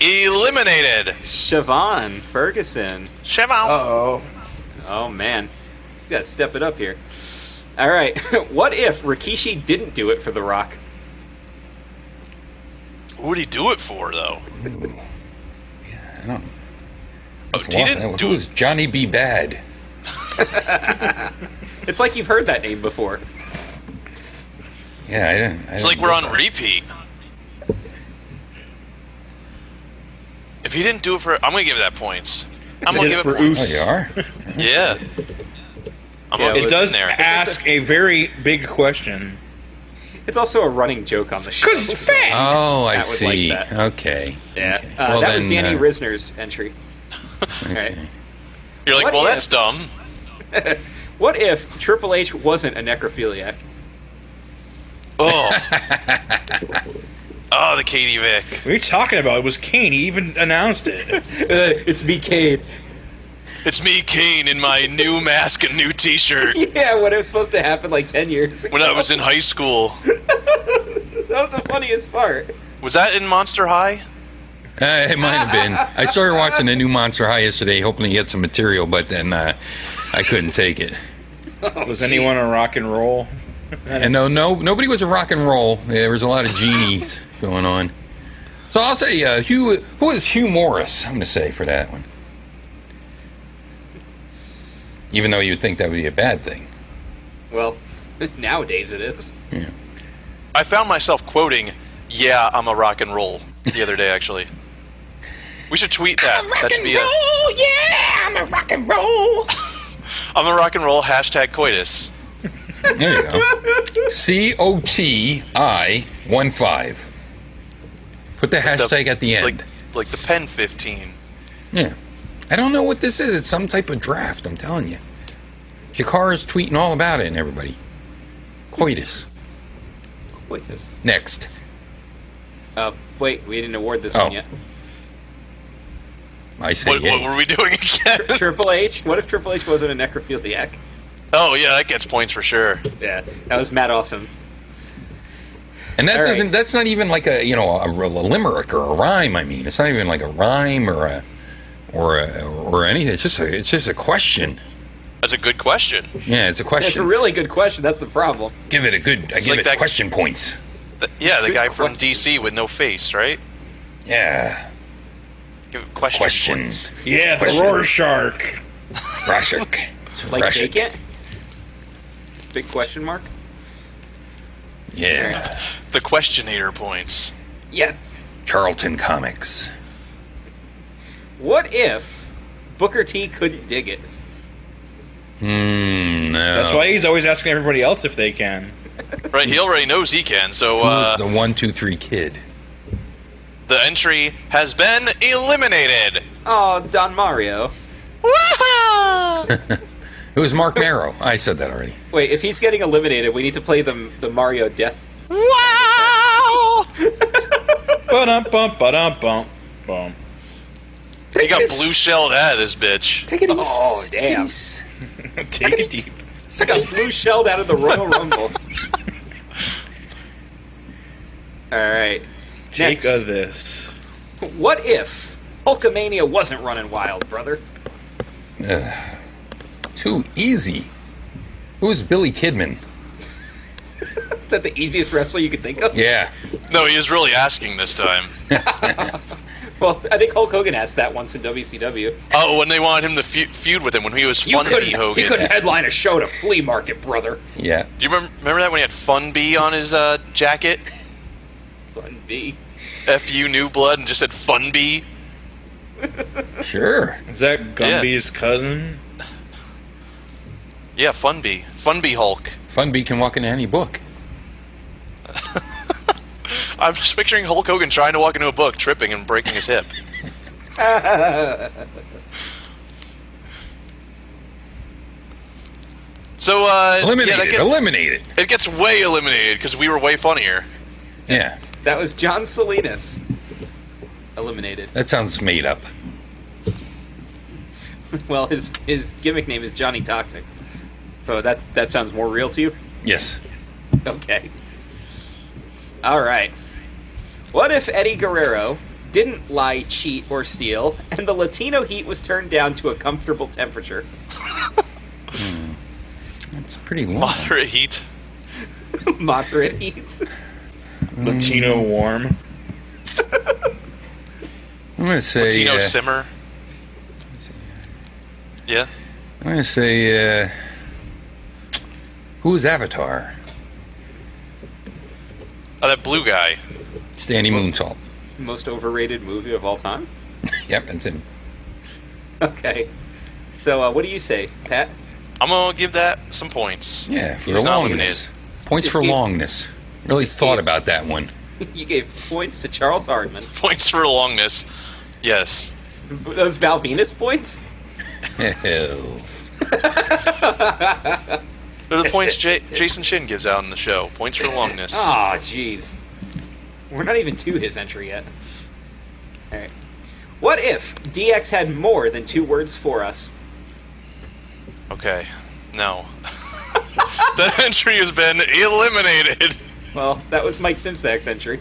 eliminated.
Siobhan Ferguson.
Shamau.
oh.
Oh man, he's got to step it up here. All right, what if Rikishi didn't do it for The Rock?
Who would he do it for, though?
I don't.
Oh,
It's
he
wild.
didn't
Who
do
was
it.
Johnny B. Bad?
It's like you've heard that name before.
Yeah, I didn't. I
It's like
didn't
we're
know
on
that.
repeat. If he didn't do it for, I'm gonna give that points. I'm gonna
Did
give
it
it
for
Oh,
points.
you are.
Yeah. I'm
Yeah,
gonna
it
give
It does
in there.
ask a very big question.
It's also a running joke on the show.
Cause it's fat.
Oh, I
That was like
see.
that.
Okay.
Yeah,
Okay.
uh,
Well,
that was
then,
Danny
uh,
Risner's entry. All right.
You're like,
What
well,
if-
that's dumb.
What if Triple H wasn't a necrophiliac?
Oh. oh, the Katie Vick.
What are you talking about? It was Kane. He even announced it.
Uh, it's me, Cade.
It's me, Kane, in my new mask and new T-shirt.
Yeah, what it was supposed to happen like ten years ago.
When I was in high school,
that was the funniest part.
was that in Monster High?
Uh, it might have been. I started watching the new Monster High yesterday, hoping to get some material, but then uh, I couldn't take it.
was anyone on rock and roll?
And no, no, nobody was a rock and roll. There was a lot of genies going on. So I'll say uh, Hugh. Who is Hugh Morris? I'm going to say for that one. Even though you'd think that would be a bad thing.
Well, nowadays it is.
I found myself quoting, "Yeah, I'm a rock and roll." The other day, actually. We should tweet that. that should be a,
yeah, I'm a rock and roll.
I'm a rock and roll hashtag coitus.
There you go. C O T I one five. Put the hashtag at the end.
Like, like the pen 15.
Yeah. I don't know what this is. It's some type of draft, I'm telling you. Jakara's tweeting all about it and everybody. Coitus.
Wait, this-
Next.
Uh, wait, we didn't award this
Oh.
one yet.
I say
What,
yay.
what were we doing again?
Triple H. What if Triple H wasn't a necrophiliac?
oh yeah, that gets points for sure.
Yeah, that was Matt Awesome.
and that
all right.
doesn't that's not even like a you know a, a limerick or a rhyme, I mean. It's not even like a rhyme or a or a, or anything. It's just a it's just a question.
That's a good question.
Yeah, it's
That's
a
a
question.
really good question. That's the problem.
give it a good I give
like
it
that-
question points.
Th- yeah, the
Good
guy from
question.
DC with no face, right?
Yeah.
Give it question points.
Questions.
Yeah, the
Question.
roar shark.
Rashik. It's
Like
Rashik.
vacant. Big question mark.
Yeah.
The questionator points.
Yes.
Charlton Comics.
What if Booker T couldn't dig it?
Hmm. no.
That's why he's always asking everybody else if they can.
Right, he already knows he can, so
Who's
uh,
the one, two, three kid?
the entry has been eliminated.
Oh, Don Mario.
It was Mark Marrow. I said that already.
Wait, if he's getting eliminated, we need to play the the Mario death.
Wow!
Ba-dum bump ba-dum bump bum.
He got blue shelled out of this bitch.
Take it easy.
Oh, damn.
Take it deep.
Suck
Got blue shelled out of the Royal Rumble. All right.
Take
Next.
of this.
What if Hulkamania wasn't running wild, brother?
Too easy. Who's Billy Kidman?
Is that the easiest wrestler you could think of?
Yeah.
No, he is really asking this time.
Well, I think Hulk Hogan asked that once in WCW.
Oh, when they wanted him to fe- feud with him when he was
You
Fun
couldn't,
Bee
you
Hogan.
couldn't headline a show to flea market, brother.
Yeah.
Do you remember, remember that when he had Fun Bee on his uh, jacket?
Fun B.
Fu New Blood and just said Fun Bee?
Sure.
Is that Gumby's cousin?
Yeah, Fun Bee. Fun Bee Hulk.
Funbee can walk into any book.
I'm just picturing Hulk Hogan trying to walk into a book, tripping and breaking his hip. so, uh,
Eliminate
yeah, that
it.
get-
Eliminate it.
it gets way eliminated because we were way funnier.
Yeah.
That was John Salinas. Eliminated.
That sounds made up.
Well, his his gimmick name is Johnny Toxic. So that that sounds more real to you.
Yes.
Okay. All right. What if Eddie Guerrero didn't lie, cheat, or steal, and the Latino heat was turned down to a comfortable temperature?
It's pretty long.
Moderate heat.
Moderate heat.
Latino warm.
I'm gonna say.
Tino
uh,
Simmer. Yeah.
I'm gonna say. Uh, who's Avatar?
Oh, that blue guy.
It's Danny Moonsalt.
Most overrated movie of all time.
Yep, that's him.
Okay. So uh, what do you say, Pat?
I'm gonna give that some points.
Yeah, for
He's not
longness. Points
Just
for
gave-
longness. Really
just
thought
gave-
about that one.
you gave points to Charles Hardman.
Points for longness. Yes.
Those Val Venus points.
Ew.
They're the points J- Jason Shin gives out in the show. Points for longness.
Ah, jeez. We're not even to his entry yet. All right. What if DX had more than two words for us?
Okay. No. that entry has been eliminated.
Well, that was Mike Simsak's entry.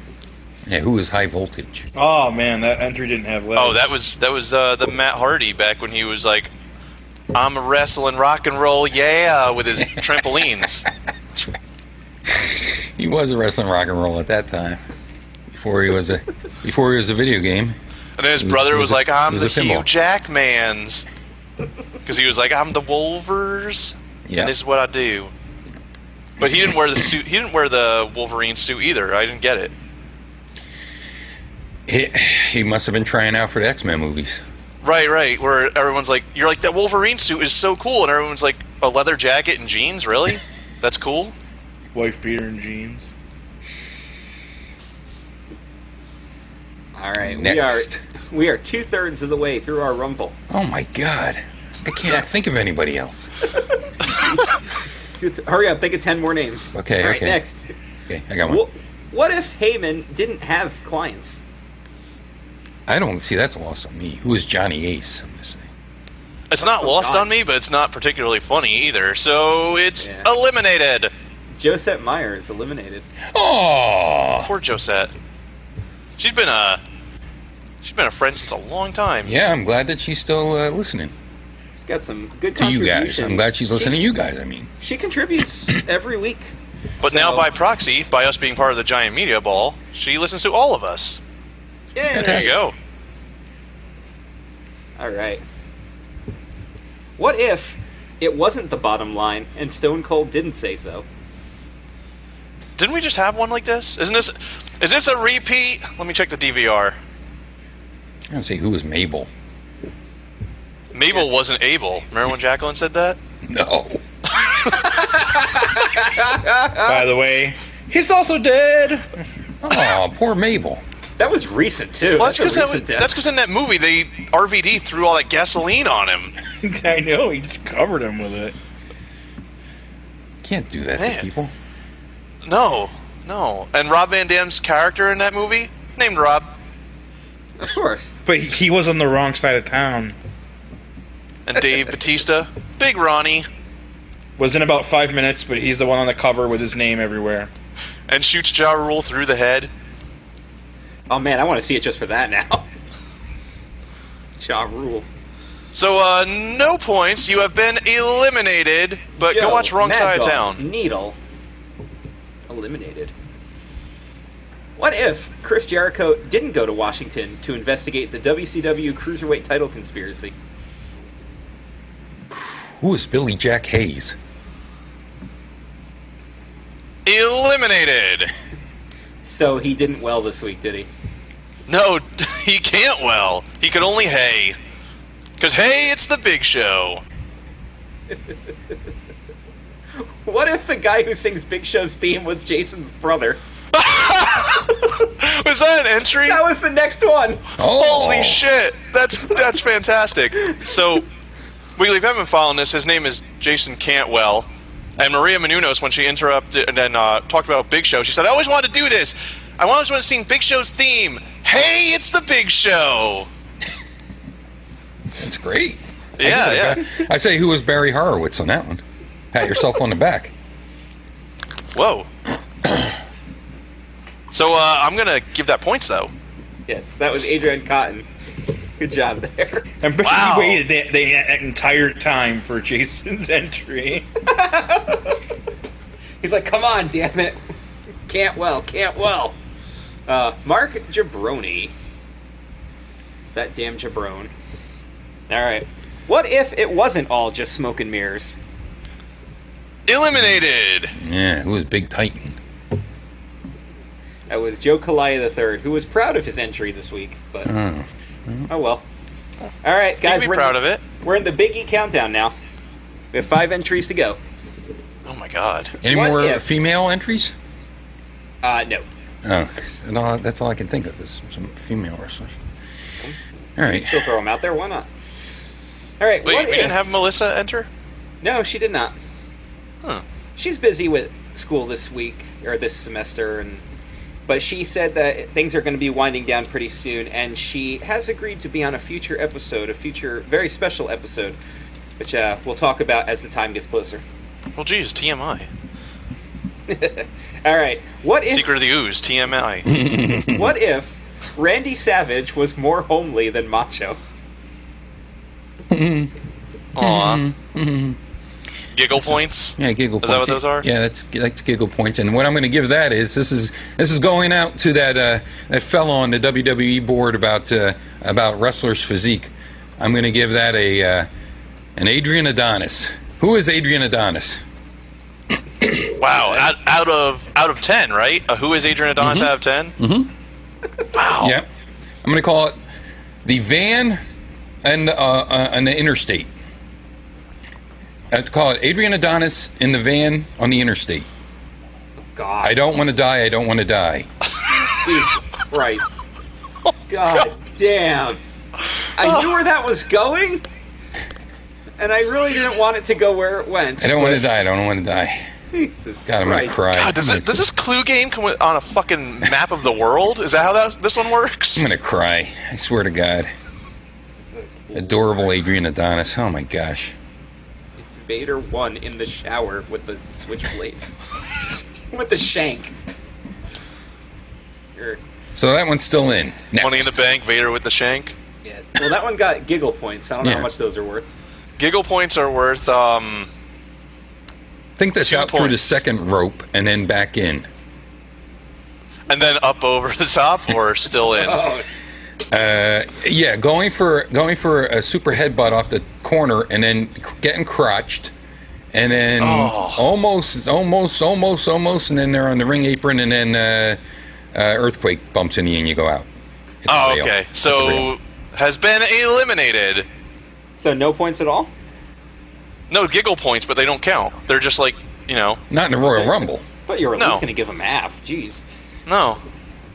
Yeah, who is high voltage?
Oh man, that entry didn't have legs.
Oh, that was that was uh, the Matt Hardy back when he was like, "I'm wrestling rock and roll, yeah," with his trampolines.
That's right. he was a wrestling rock and roll at that time. Before he was a before he was a video game.
And then his
It was-
brother
it
was,
was a-
like, "I'm
it was
the
a pinball."
Hugh Jackman's," because he was like, "I'm the Wolvers,
Yeah.
and this is what I do." But he didn't wear the suit. He didn't wear the Wolverine suit either. I didn't get it.
He, he must have been trying out for the X Men movies.
Right, right. Where everyone's like, "You're like that Wolverine suit is so cool," and everyone's like, "A leather jacket and jeans, really? That's cool."
Wife beater and jeans.
All right,
Next.
we are we are two thirds of the way through our rumble.
Oh my god. I can't
Next.
think of anybody else.
Two th- hurry up, think of ten more names.
Okay,
All right,
okay.
next.
Okay, I got one.
Wh- what if Heyman didn't have clients?
I don't see that's lost on me. Who is Johnny Ace? I'm gonna say.
It's not lost
Oh, God.
on me, but it's not particularly funny either. So it's
Yeah.
eliminated.
Josette Meyer is eliminated.
Oh
Poor Josette. She's been a she's been a friend since a long time.
yeah, I'm glad that she's still uh, listening
She's got some good
to you
contributions.
guys. I'm glad she's listening to
She,
you guys. I mean,
she contributes every week.
But now
So-
by proxy, by us being part of the giant media ball, she listens to all of us.
Yay.
There you go.
All right. What if it wasn't the bottom line and Stone Cold didn't say so?
Didn't we just have one like this? Isn't this is this a repeat? Let me check the DVR.
I don't say who is Mabel.
Mabel wasn't able. Remember when Jacqueline said that?
No.
Ah.
By the way, he's also dead.
Oh, poor Mabel.
That was recent too.
Well, that's
a
because that was,
recent death.
that's 'cause in that movie they RVD threw all that gasoline on him.
I know. He just covered him with it.
Can't do that
Man.
to people.
No, no. And Rob Van Dam's character in that movie named Rob,
of course.
But he was on the wrong side of town.
and Dave Batista, Big Ronnie,
Was in about five minutes, but he's the one on the cover with his name everywhere.
and shoots Ja Rule through the head.
Oh man, I want to see it just for that now. Ja Rule.
So uh, no points. You have been eliminated. But
Joe,
go watch Wrong
Mad
Side of
Dog,
Town.
Needle. Eliminated. What if Chris Jericho didn't go to Washington to investigate the WCW Cruiserweight title conspiracy?
Who is Billy Jack Hayes?
Eliminated.
So he didn't well this week, did he?
No, he can't well. He could only hay. Because hey, it's the big show.
What if the guy who sings Big Show's theme was Jason's brother?
Was that an entry?
That was the next one.
Oh,
Holy shit! That's that's fantastic. So, Wiggly, if you haven't followed this, his name is Jason Cantwell, and Maria Menounos, when she interrupted and then uh, talked about Big Show, she said, "I always wanted to do this. I always wanted to sing Big Show's theme. Hey, it's the Big Show."
That's great.
Yeah, yeah.
I say, who was Barry Horowitz on that one? Pat yourself on the back.
Whoa. So uh, I'm gonna give that points though.
Yes, that was Adrian Cotton. Good job there.
I'm betting
Wow.
you waited that, that, that entire time for Jason's entry.
He's like, come on, damn it. Can't well, can't well. Uh, Mark Jabroni. That damn Jabron. Alright. What if it wasn't all just smoke and mirrors?
Eliminated.
Yeah, who was Big Titan?
That was Joe Kalaya III, who was proud of his entry this week, but
Oh.
oh well. Alright, guys,
Guys,
we're
be proud of it.
We're in the Big E countdown now. We have five entries to go.
Oh my god.
Any
What
more
if-
female entries?
Uh, no.
Oh, 'cause- and all- that's all I can think of is some female wrestlers. All right.
Still throw them out there, why not? Alright,
Wait,
what
we
if...
didn't have Melissa enter.
No, she did not.
Huh.
She's busy with school this week or this semester, and but she said that things are going to be winding down pretty soon, and she has agreed to be on a future episode, a future very special episode, which uh, we'll talk about as the time gets closer.
Well, geez, TMI.
All right, what if
Secret of the Ooze, TMI.
what if Randy Savage was more homely than Macho?
Aw. Giggle points.
Yeah, giggle
Is
points.
that what those are?
Yeah, that's that's giggle points. And what I'm going to give that is this is this is going out to that uh, that fellow on the WWE board about uh, about wrestlers' physique. I'm going to give that a uh, an Adrian Adonis. Who is Adrian Adonis?
Wow, out, out of out of ten, right? Uh, who is Adrian Adonis
Mm-hmm.
out of 10 Wow.
Yep. I'm going to call it the van and uh, uh, and the interstate. I'd call it Adrian Adonis in the van on the interstate.
God,
I don't want to die. I don't want to die.
Jesus Christ! God, damn! I knew where that was going, and I really didn't want it to go where it went.
I don't want
but-
to die. I don't want to die.
Jesus
God, I'm going
Christ.
to cry.
God, does,
I'm
it, does this Clue game come with- on a fucking map of the world? Is that how that, this one works?
I'm gonna cry. I swear to God. Adorable Adrian Adonis. Oh my gosh.
Vader won in the shower with the switchblade. with the shank. Er,
So that one's still in. Next.
Money in the bank, Vader with the shank.
yeah. Well, that one got giggle points. I don't know
Yeah.
how much those are worth.
Giggle points are worth. Um,
Think this
Two
out through the
points.
second rope and then back in.
and then up over the top, or still in.
Oh,
Yeah, going for going for a super headbutt off the corner and then getting crotched, and then
Oh.
almost, almost, almost, almost, and then they're on the ring apron, and then uh, uh, earthquake bumps in you and you go out. Hit the
Oh,
rail.
okay.
Hit the rail.
So has been eliminated.
so no points at all?
No giggle points, but they don't count. They're just like you know.
not in the Royal Rumble.
Thought you were at
No.
least going to give them half. Jeez.
No,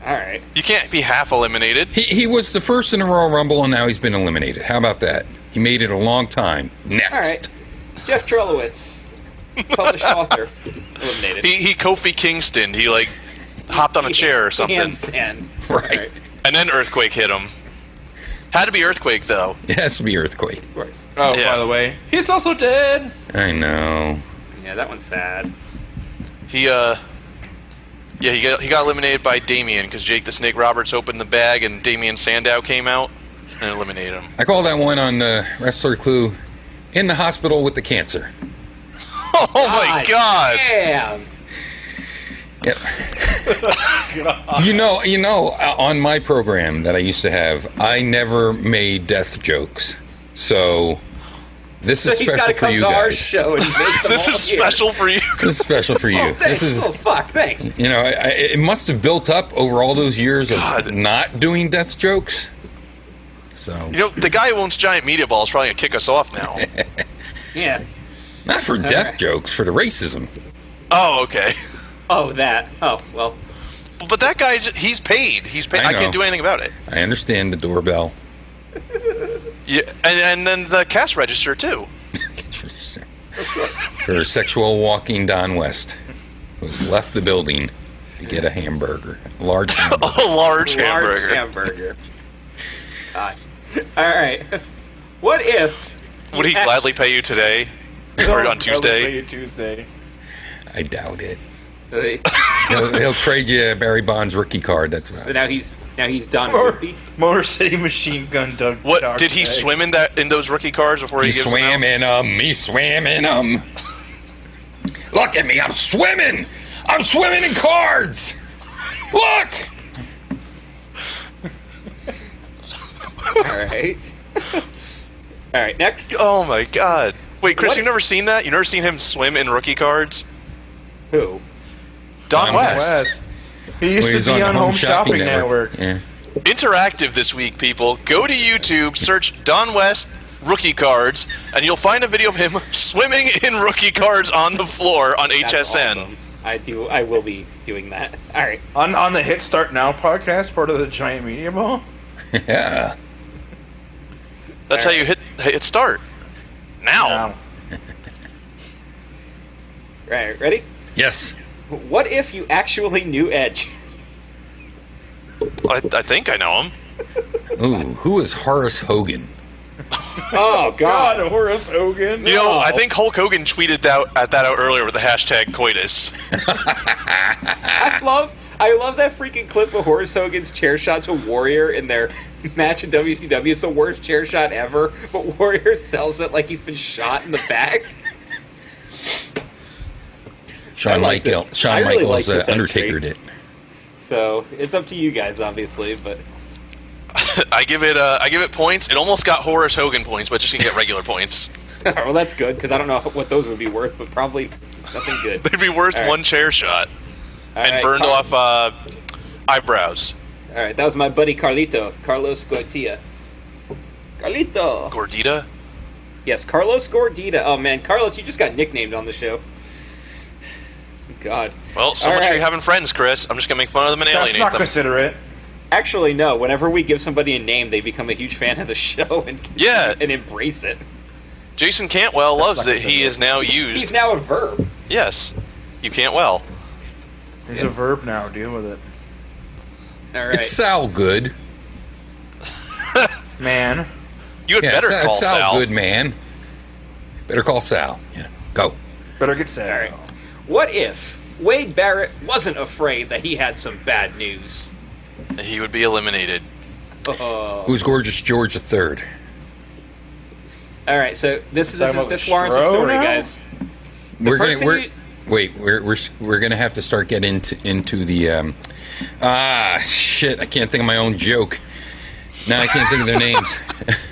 All right.
you can't be half eliminated.
He, he was the first in the Royal Rumble, and now he's been eliminated. How about that? He made it a long time. Next.
All right. Jeff Trelowitz, published author, eliminated.
He he Kofi Kingston. He like hopped on a chair or something,
Handstand.
Right.
Alright,
and then earthquake hit him. Had to be earthquake though.
It has to be Earthquake.
Of course.
Oh,
Yeah.
by the way, he's also dead.
I know.
Yeah, that one's sad.
He uh, yeah, he got he got eliminated by Damien because Jake the Snake Roberts opened the bag and Damien Sandow came out and eliminated him.
I call that one on uh, Wrestler Clue in the hospital with the cancer.
Oh my God!
Damn.
Yep. You know, you know, uh, on my program that I used to have, I never made death jokes. So this
So
is
he's got
special
to
for
come
you
to our
guys.
show and make them
This
all
is
here.
special for you.
This is special for you.
Oh,
this
thanks.
is Mm.
oh, fuck. Thanks.
you know, I, I, it must have built up over all those years of
God.
not doing death jokes. So
You know, the guy who owns Giant Media Ball is probably going to kick us off now.
Yeah.
not for death
right.
jokes, for the racism.
oh, okay.
Oh, that. Oh, well.
But that guy, j- he's paid. He's paid.
I
I,
know.
can't do anything about it.
I understand the doorbell.
Yeah, and, and then the cash register, too.
for sexual walking, Don West was left the building to get a hamburger, a large hamburger.
A large,
large
hamburger.
hamburger. God. All right. What if?
Would he
Yes.
gladly pay you today? Or on Tuesday?
Probably Tuesday.
I doubt it.
So
He'll, he'll trade you Barry Bonds rookie card. That's about it.
now he's now he's done.
Or Motor City Machine Gun Doug.
What did he swim in that in those rookie cars before he,
He
gives them
swam
out?
in 'em. He swam in 'em. Look at me. I'm swimming. I'm swimming in cards. Look.
All right. All right. Next.
Oh my god! Wait, Chris,
What?
you've never seen that? You've never seen him swim in rookie cards?
Who?
Don,
Don
West.
West. He used
Well,
to be on, Home Shopping, Network.
Yeah.
Interactive this week, people. Go to YouTube, search Don West rookie cards, and you'll find a video of him swimming in rookie cards on the floor on
That's
HSN.
awesome. I do. I will be doing that. All right.
On on the Hit Start Now podcast, part of the Giant Media Ball.
Yeah.
That's how you hit hit start. Now,
Now,
All right. Ready?
Yes.
What if you actually knew Edge?
I, I think I know him.
Ooh, who is Horace Hogan?
Oh God.
God, Horace Hogan.
You know, I think Hulk Hogan tweeted that at that out earlier with the hashtag coitus.
I love. I love that freaking clip of Horace Hogan's chair shot to Warrior in their match in WCW. It's the worst chair shot ever, but Warrior sells it like he's been shot in the back. I
Shawn
like
Michaels.
this. I
Shawn
really
Michaels
like this
uh,
entry.
Undertaker did.
So it's up to you guys, obviously. But
I give it uh, I give it points. It almost got Horace Hogan points, but just can get regular points.
well, that's good because I don't know what those would be worth, but probably nothing good.
They'd be worth
All right.
one chair shot
All
and
right,
burned
Car-
off uh, eyebrows.
All right, that was my buddy Carlito, Carlos Gortia. Carlito.
Gordita.
Yes, Carlos Gordita. Oh man, Carlos, you just got nicknamed on the show. God.
Well, so
All
much for
right.
having friends, Chris. I'm just gonna make fun of them and
that's
alienate
not
them.
considerate.
Actually, no. Whenever we give somebody a name, they become a huge fan of the show and
Yeah.
and embrace it.
Jason Cantwell loves
not
that he is now used.
He's now a verb.
yes, you can't well.
It's a verb now. Deal with it,
All right.
It's Sal Good.
man.
You had
Yeah,
better
Sal,
call
Sal
Sal.
Good, man. Better call Sal. Yeah. Go.
Better get set.
All right. What if Wade Barrett wasn't afraid that he had some bad news?
He would be eliminated.
Oh.
Who's gorgeous George III?
All right, so this is
We're talking
this,
about
is-
the
this warrants a
Stro
story,
now?
guys.
we're gonna
person
we're,
you-
wait we're, we're we're gonna have to start getting into into the um, ah shit I can't think of my own joke now I can't think of their names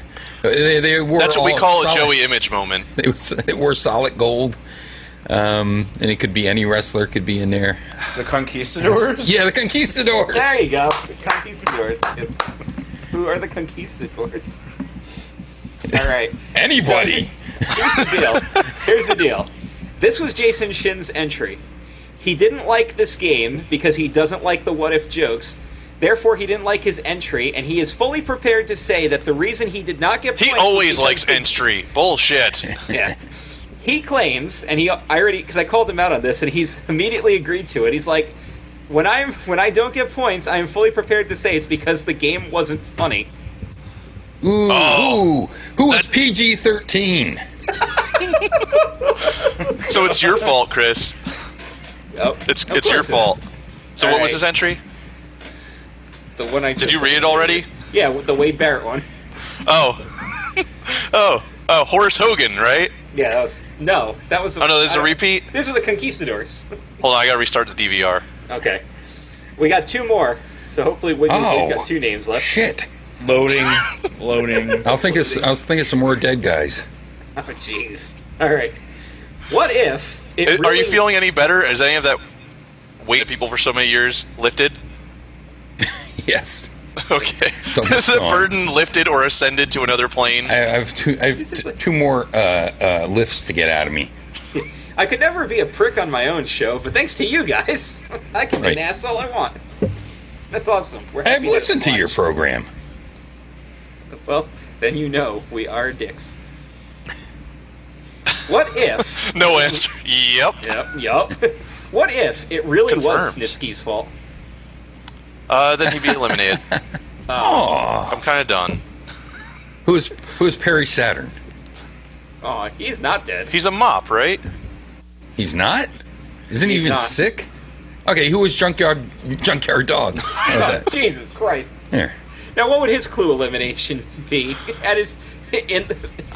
they, they wore
That's what we
all
call
solid-
a Joey Image moment.
they, was, they wore solid gold um, and it could be any wrestler could be in there
The Conquistadors.
yeah the conquistadors
There you go. The conquistadors. It's, who are the conquistadors? All right.
anybody
Here's the deal. Here's the deal. This was Jason Shin's entry. He didn't like this game because he doesn't like the what if jokes. Therefore, he didn't like his entry, and he is fully prepared to say that the reason he did not get
He
points was
always
because
likes
the
entry. Bullshit.
yeah. He claims, and he I already because I called him out on this, and he's immediately agreed to it. He's like, when I'm when I don't get points, I am fully prepared to say it's because the game wasn't funny.
ooh,
Oh.
ooh who was PG thirteen
so it's your fault, Chris.
Oh,
It's
of
it's your
course it
fault.
is.
So
All
what was
right.
his entry?
The one I
Did you read it already?
Yeah, with the Wade Barrett one.
Oh. oh. Oh, Horace Hogan, right?
Yeah, that was no, that was.
Oh no, this is a
I-
repeat.
These are the conquistadors.
Hold on, I gotta restart the DVR.
okay. We got two more, so hopefully Woody's
Oh.
got two names left.
Shit.
Loading, loading.
I'll think it's, I'll think of some more dead guys.
Oh, jeez. All right. What if? It
Are
really-
you feeling any better? Is any of that weight of people for so many years lifted?
Yes.
Okay. Is
almost
the
gone.
burden lifted or ascended to another plane?
I, I've two, I've t- two more uh, uh, lifts to get out of me.
I could never be a prick on my own show, but thanks to you guys, I can be
Right.
an ass all I want. That's awesome. We're
I've
happy
listened to
watch.
your program.
Well, then you know we are dicks. What if?
No answer. Yep.
yep, yep. What if it really was
Confirmed.
Snitsky's fault?
Uh, then he'd be eliminated.
Aw.
I'm kind of done.
Who's who's Perry Saturn?
Oh, he's not dead.
He's a mop, right?
He's not. Isn't he
He's
even
not.
sick? Okay, who was junkyard junkyard dog?
Oh,
Oh, that-
Jesus Christ.
Here.
Now, what would his clue elimination be? At his in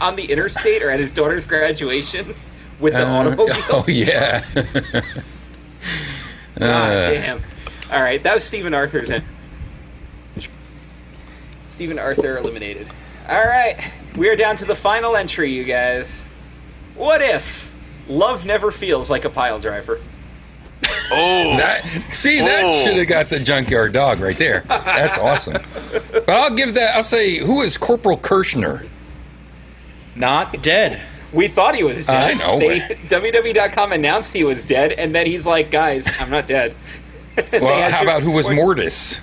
on the interstate or at his daughter's graduation with the
Uh,
automobile?
oh yeah.
God damn! All right, that was Stephen Arthur's. End. Stephen Arthur eliminated. All right, we are down to the final entry, you guys. What if love never feels like a pile driver?
Oh,
That, see, that
Oh.
should have got the junkyard dog right there. That's awesome. But I'll give that. I'll say, who is Corporal Kirshner?
Not dead.
We thought he was dead.
I know.
They, WWE.com announced he was dead, and then he's like, "Guys, I'm not dead." They
Well,
had
how
to-
about who was
Mort-
Mortis?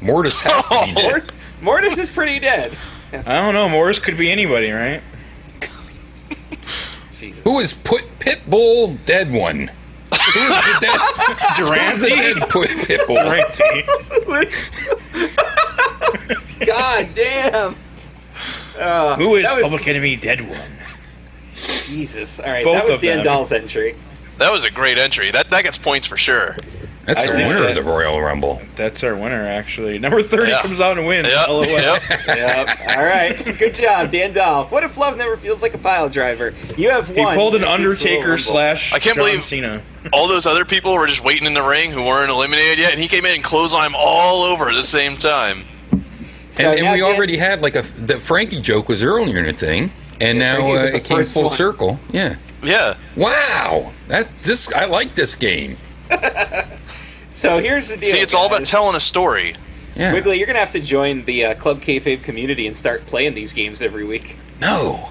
Mortis has to be dead.
Mort- Mortis is pretty dead.
I don't know. Morris could be anybody, right?
Jesus.
Who is put Pitbull dead one? Who is the dead? Who's the
Durante.
dead put Pitbull?
Durante.
God damn.
Who is
That was-
Public Enemy Dead One?
Jesus. All right,
Both
that was
of
Dan
them.
Dahl's entry.
that was a great entry. That that gets points for sure.
That's
I
the
think
winner of
that-
the Royal Rumble.
That's our winner, actually. Number 30
Yeah.
comes out and wins.
Yep.
LOL.
Yep.
yep. All right. Good job, Dan Dahl. What if love never feels like a pile driver? You have
He
one.
pulled an
This week's Royal
Undertaker
Rumble.
slash
I can't
John
believe-
Cena.
All those other people were just waiting in the ring who weren't eliminated yet, and he came in and closed on them all over at the same time.
So
And, and
now
we
Dan-
already had like a the Frankie joke was earlier in the thing, and now
Frankie
uh,
was the
it came
first
full
one.
circle. Yeah.
Yeah.
Wow. That this I like this game.
So here's the deal.
See, it's all about
guys.
telling a story.
Yeah.
Wiggly, you're gonna have to join the uh, Club Kayfabe community and start playing these games every week.
No.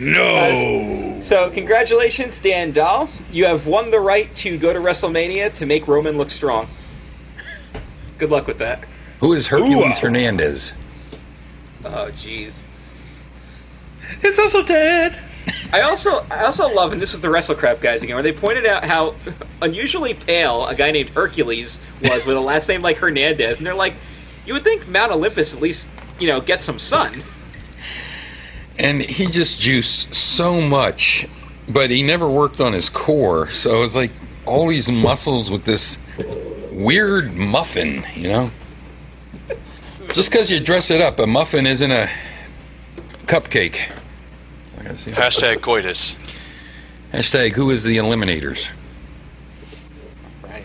No.
So congratulations, Dan Dahl. You have won the right to go to WrestleMania to make Roman look strong. Good luck with that.
Who is Hercules
Ooh.
Hernandez?
Oh, jeez.
It's also dead.
I also I also love, and this was the WrestleCraft guys again, where they pointed out how unusually pale a guy named Hercules was with a last name like Hernandez, and they're like, you would think Mount Olympus at least you know get some sun.
And he just juiced so much, but he never worked on his core. So it's like all these muscles with this weird muffin, you know? Just because you dress it up, a muffin isn't a cupcake. I gotta see.
Hashtag coitus.
Hashtag who is the eliminators?
Right.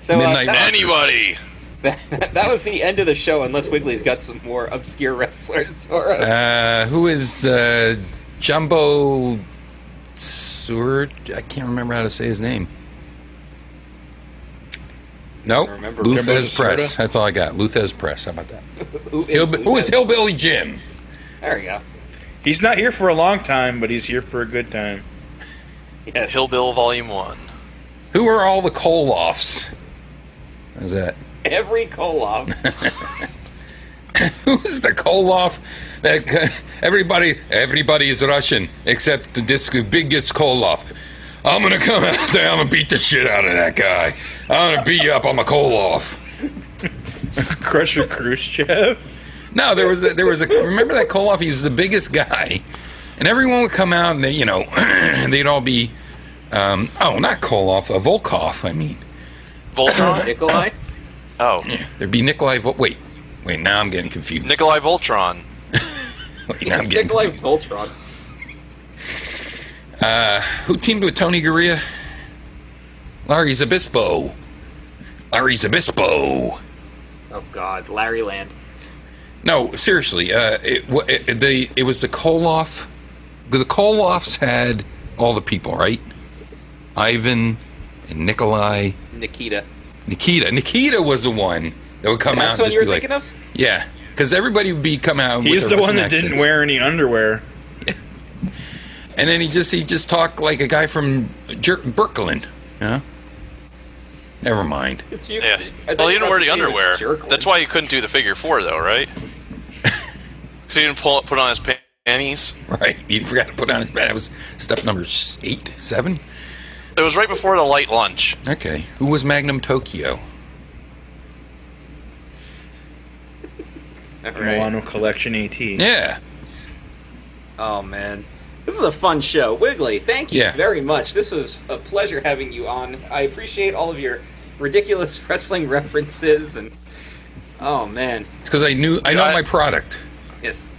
So uh,
Midnight
that,
Anybody.
that, that was the end of the show, unless Wiggly's got some more obscure wrestlers for us.
Uh, who is uh, Jumbo Seward? I can't remember how to say his name. Nope.
remember.
Jumbo
Luthez
Sorda?
Press. That's all I got. Luthez Press. How about that?
who is,
Hillb- who is Hillbilly Jim?
There we go.
He's not here for a long time, but he's here for a good time.
Yes.
Hillbill Volume 1.
Who are all the Koloffs? How's that?
every Koloff.
Who's the Koloff? That c- everybody, everybody is Russian except the this biggest Koloff. I'm gonna come out there. I'm gonna beat the shit out of that guy. I'm gonna beat you up. I'm a Koloff.
Crusher Khrushchev.
No, there was a, there was a remember that Koloff? He was the biggest guy, and everyone would come out and they you know they'd all be um, oh not Koloff, a Volkov. I mean,
Voltron?
Nikolai.
Oh.
there'd be Nikolai. Vol- wait, wait, now I'm getting confused.
Nikolai Voltron.
Wait, now I'm
It's
getting
Nikolai
confused.
Voltron.
Who teamed with Tony Garea? Larry's Obispo. Larry's Obispo.
Oh God, Larry Land.
No, seriously. Uh, it, wa- it, it- they, it was the Koloff. The Koloffs had all the people, right? Ivan and Nikolai,
Nikita.
Nikita. Nikita was the one that would come
That's
out.
what
and just
you were
be like,
thinking of?
Yeah, because everybody would be coming out.
He's
with
the
their
one that
Russian
didn't
accents.
wear any underwear.
And then he just he just talked like a guy from Jer- Brooklyn. Yeah. Never mind.
It's you.
Yeah.
I think
Well, he didn't wear the
Nikita's
underwear.
Jerkland.
That's why he couldn't do the figure four, though, right? Because he didn't pull, put on his panties.
Right. He forgot to put on his bed. That was step number s- eight, seven.
It was right before the light lunch.
Okay. Who was Magnum Tokyo?
All right.
Milano Collection AT.
Yeah.
Oh man, this is a fun show, Wiggly. Thank you
Yeah.
very much. This was a pleasure having you on. I appreciate all of your ridiculous wrestling references and oh man,
It's because I knew I know
I-
my product
yes,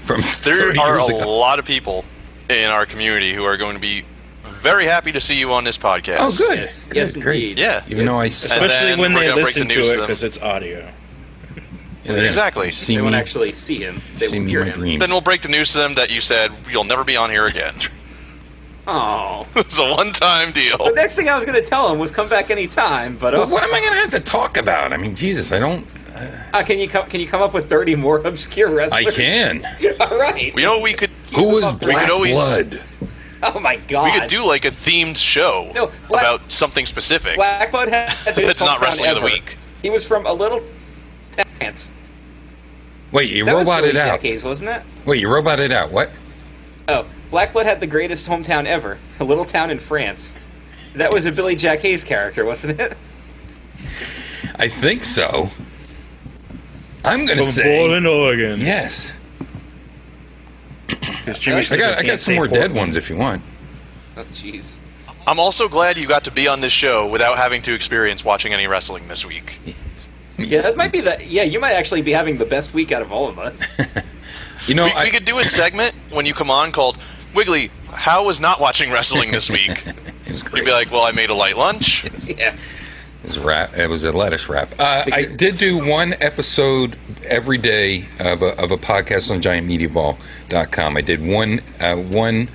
from
There
30
are
years
a
ago.
lot of people in our community who are going to be very happy to see you on this podcast.
Oh, good.
yes,
Good,
yes,
great.
indeed.
Yeah.
Even though I
And
suck,
Especially
then
when
we're
they
gonna break
listen
the
to
news
it
to them.
because it's audio.
they don't
Exactly.
See
They
me,
won't actually see him. They
see
will
me
hear
in my
him.
dreams.
Then we'll break the news to them that you said you'll never be on here again.
Oh,
it's a one-time deal.
the next thing I was going to tell him was come back anytime. But
Well,
oh,
what am I going to have to talk about? I mean, Jesus, I don't.
uh, can you come? Can you come up with thirty more obscure
I
wrestlers?
can.
all right.
You know what we could
Who is
We could
Black
always-
Blood?
Oh my God.
we could do like a themed show
No, Black-
about something specific.
Blackbud had the best
That's not
hometown
wrestling of the
ever.
week.
He was from a little dance.
Wait, you
That was
roboted
Billy Jack
out.
Hayes, wasn't it?
Wait, you roboted out. What?
Oh, Blackblood had the greatest hometown ever, a little town in France. That was a Billy Jack Hayes character, wasn't it?
I think so. I'm going
From
to say
Portland, Oregon.
yes.
Because Jimmy
I
I
Snuka
got I
can't
got some
say
more dead
Portland.
ones if you want.
Oh, jeez.
I'm also glad you got to be on this show without having to experience watching any wrestling this week.
Yeah, that might be the. Yeah, you might actually be having the best week out of all of us.
You know,
we,
I,
we could do a segment when you come on called Wiggly, how was not watching wrestling this week?
it was
You'd
great.
be like, well, I made a light lunch.
yeah.
It was wrap. It was a lettuce wrap. Uh, I did do one episode every day of a, of a podcast on GiantMediaBall.com. I did one uh, one.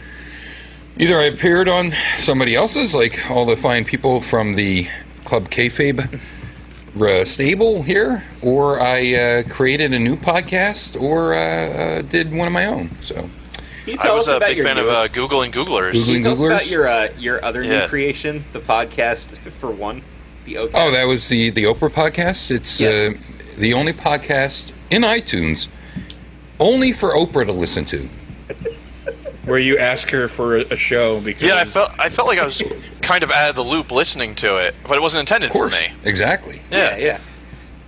Either I appeared on somebody else's, like all the fine people from the Club Kayfabe uh, stable here, or I uh, created a new podcast, or uh, uh, did one of my own. So
Can you
I
tell
was
us
a
about
big
your
fan of uh,
newest-
Google and Googlers.
Google-
Can you tell us about
Googlers?
your uh, your other
Yeah.
new creation, the podcast for one, the OK.
Oh, that was the the Oprah podcast. It's
Yes.
uh, the only podcast in iTunes only for Oprah to listen to.
Where you ask her for a, a show because
Yeah, I felt I felt like I was kind of out of the loop listening to it, but it wasn't intended
Of
for
course,
me.
exactly.
Yeah.
yeah, yeah.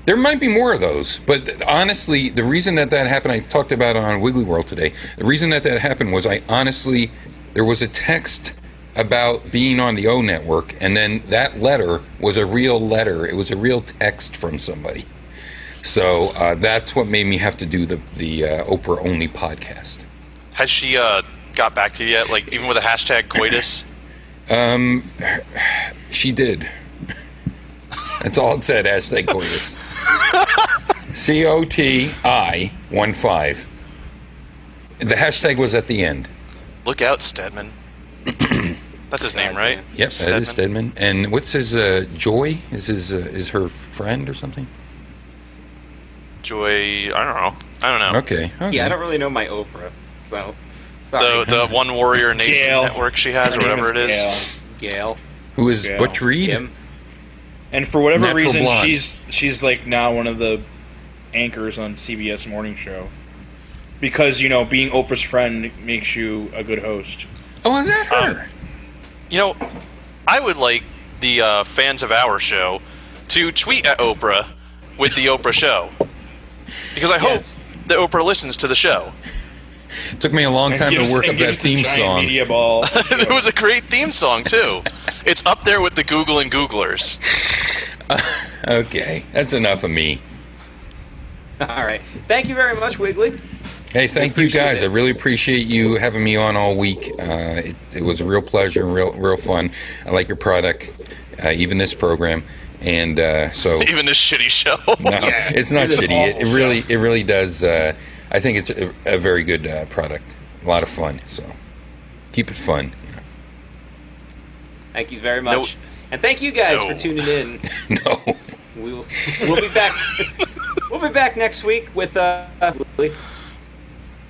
There might be more of those, but honestly, the reason that that happened, I talked about it on Wiggly World today. The reason that that happened was I honestly there was a text about being on the O network, and then that letter was a real letter. It was a real text from somebody. So uh, that's what made me have to do the the uh, Oprah only podcast.
Has she uh, got back to you yet? Like even with a hashtag coitus?
Um, She did. That's all it said. Hashtag coitus. C O T I one five. The hashtag was at the end.
Look out, Stedman. That's his name, right?
Yep, that is Stedman. And what's his uh, Joy? Is his uh, is her friend or something?
Joy. I don't know. I don't know.
Okay. okay.
Mm-hmm.
Yeah, I don't really know my Oprah, so sorry,
The the one warrior nation
Gail.
network she has, or
Her name
whatever it is.
Gail.
Gail,
Who is
Yeah.
Butch Reed?
Kim.
And for whatever
Natural
reason,
blonde.
she's she's like now one of the anchors on CBS Morning Show. Because you know, being Oprah's friend makes you a good host.
Oh, is that her?
You know, I would like the uh, fans of our show to tweet at Oprah with the Oprah show because I
Yes.
hope that Oprah listens to the show.
Took me a long time to work up that theme song.
Media ball.
There was a great theme song too. It's up there with the Google and Googlers.
Okay, that's enough of me.
All right, thank you very much, Wiggly.
Hey, thank you
appreciate
guys.
it.
I really appreciate you having me on all week. Uh, it, it was a real pleasure and real, real fun. I like your product. uh, even this program. And uh, so
Even this shitty show.
no, it's not
It is an
shitty. It,
awful
it really, it really does. Uh, I think it's a, a very good uh, product. A lot of fun. So keep it fun.
Thank you very much. And thank you guys
No.
for tuning in.
No,
We will, we'll be back. we'll be back next week with uh, Willie.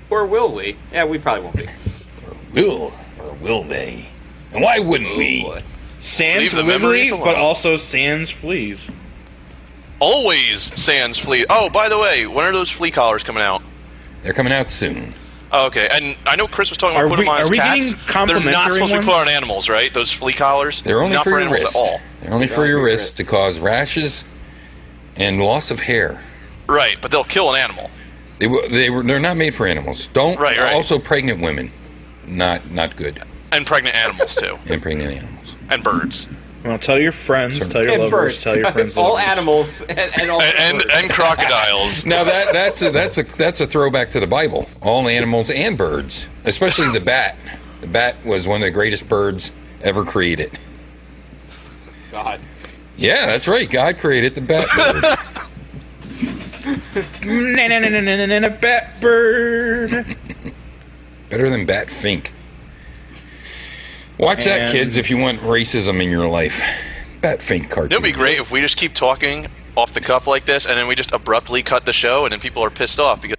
or will we? Yeah, we probably won't be.
will or will they? And why wouldn't we?
Sans
Leave the memories
wiggly,
alone.
but also sans fleas.
Always Sans Flea. Oh, by the way, when are those flea collars coming out?
They're coming out soon.
Oh, okay, and I know Chris was talking
Are
about putting
we-
them on
are
as
we
cats.
getting
They're not
complimentary
supposed to be put
ones?
on animals, right? Those flea collars.
They're only
not
for, your
animals
wrist.
at all.
They're only for your wrist to cause rashes and loss of hair.
Right, but they'll kill an animal.
They were, they were, they're not made for animals. Don't.
Right, right.
Also, pregnant women, not not good.
And pregnant animals too.
And pregnant animals.
And birds.
Well, tell your friends,
Sorry.
tell your
and
lovers,
birds.
tell your friends.
all
lovers.
animals and, and
Oh,
all
And and,
birds.
and crocodiles.
Now that that's a, that's a that's a throwback to the Bible. All animals and birds, especially the bat. The bat was one of the greatest birds ever created.
God.
Yeah, that's right. God created the bat bird.
Na na na na na na na bat bird.
Better than bat fink. Watch that,
And-
kids, if you want racism in your life. Bat fink cartoon.
It would be great if we just keep talking off the cuff like this, and then we just abruptly cut the show, and then people are pissed off because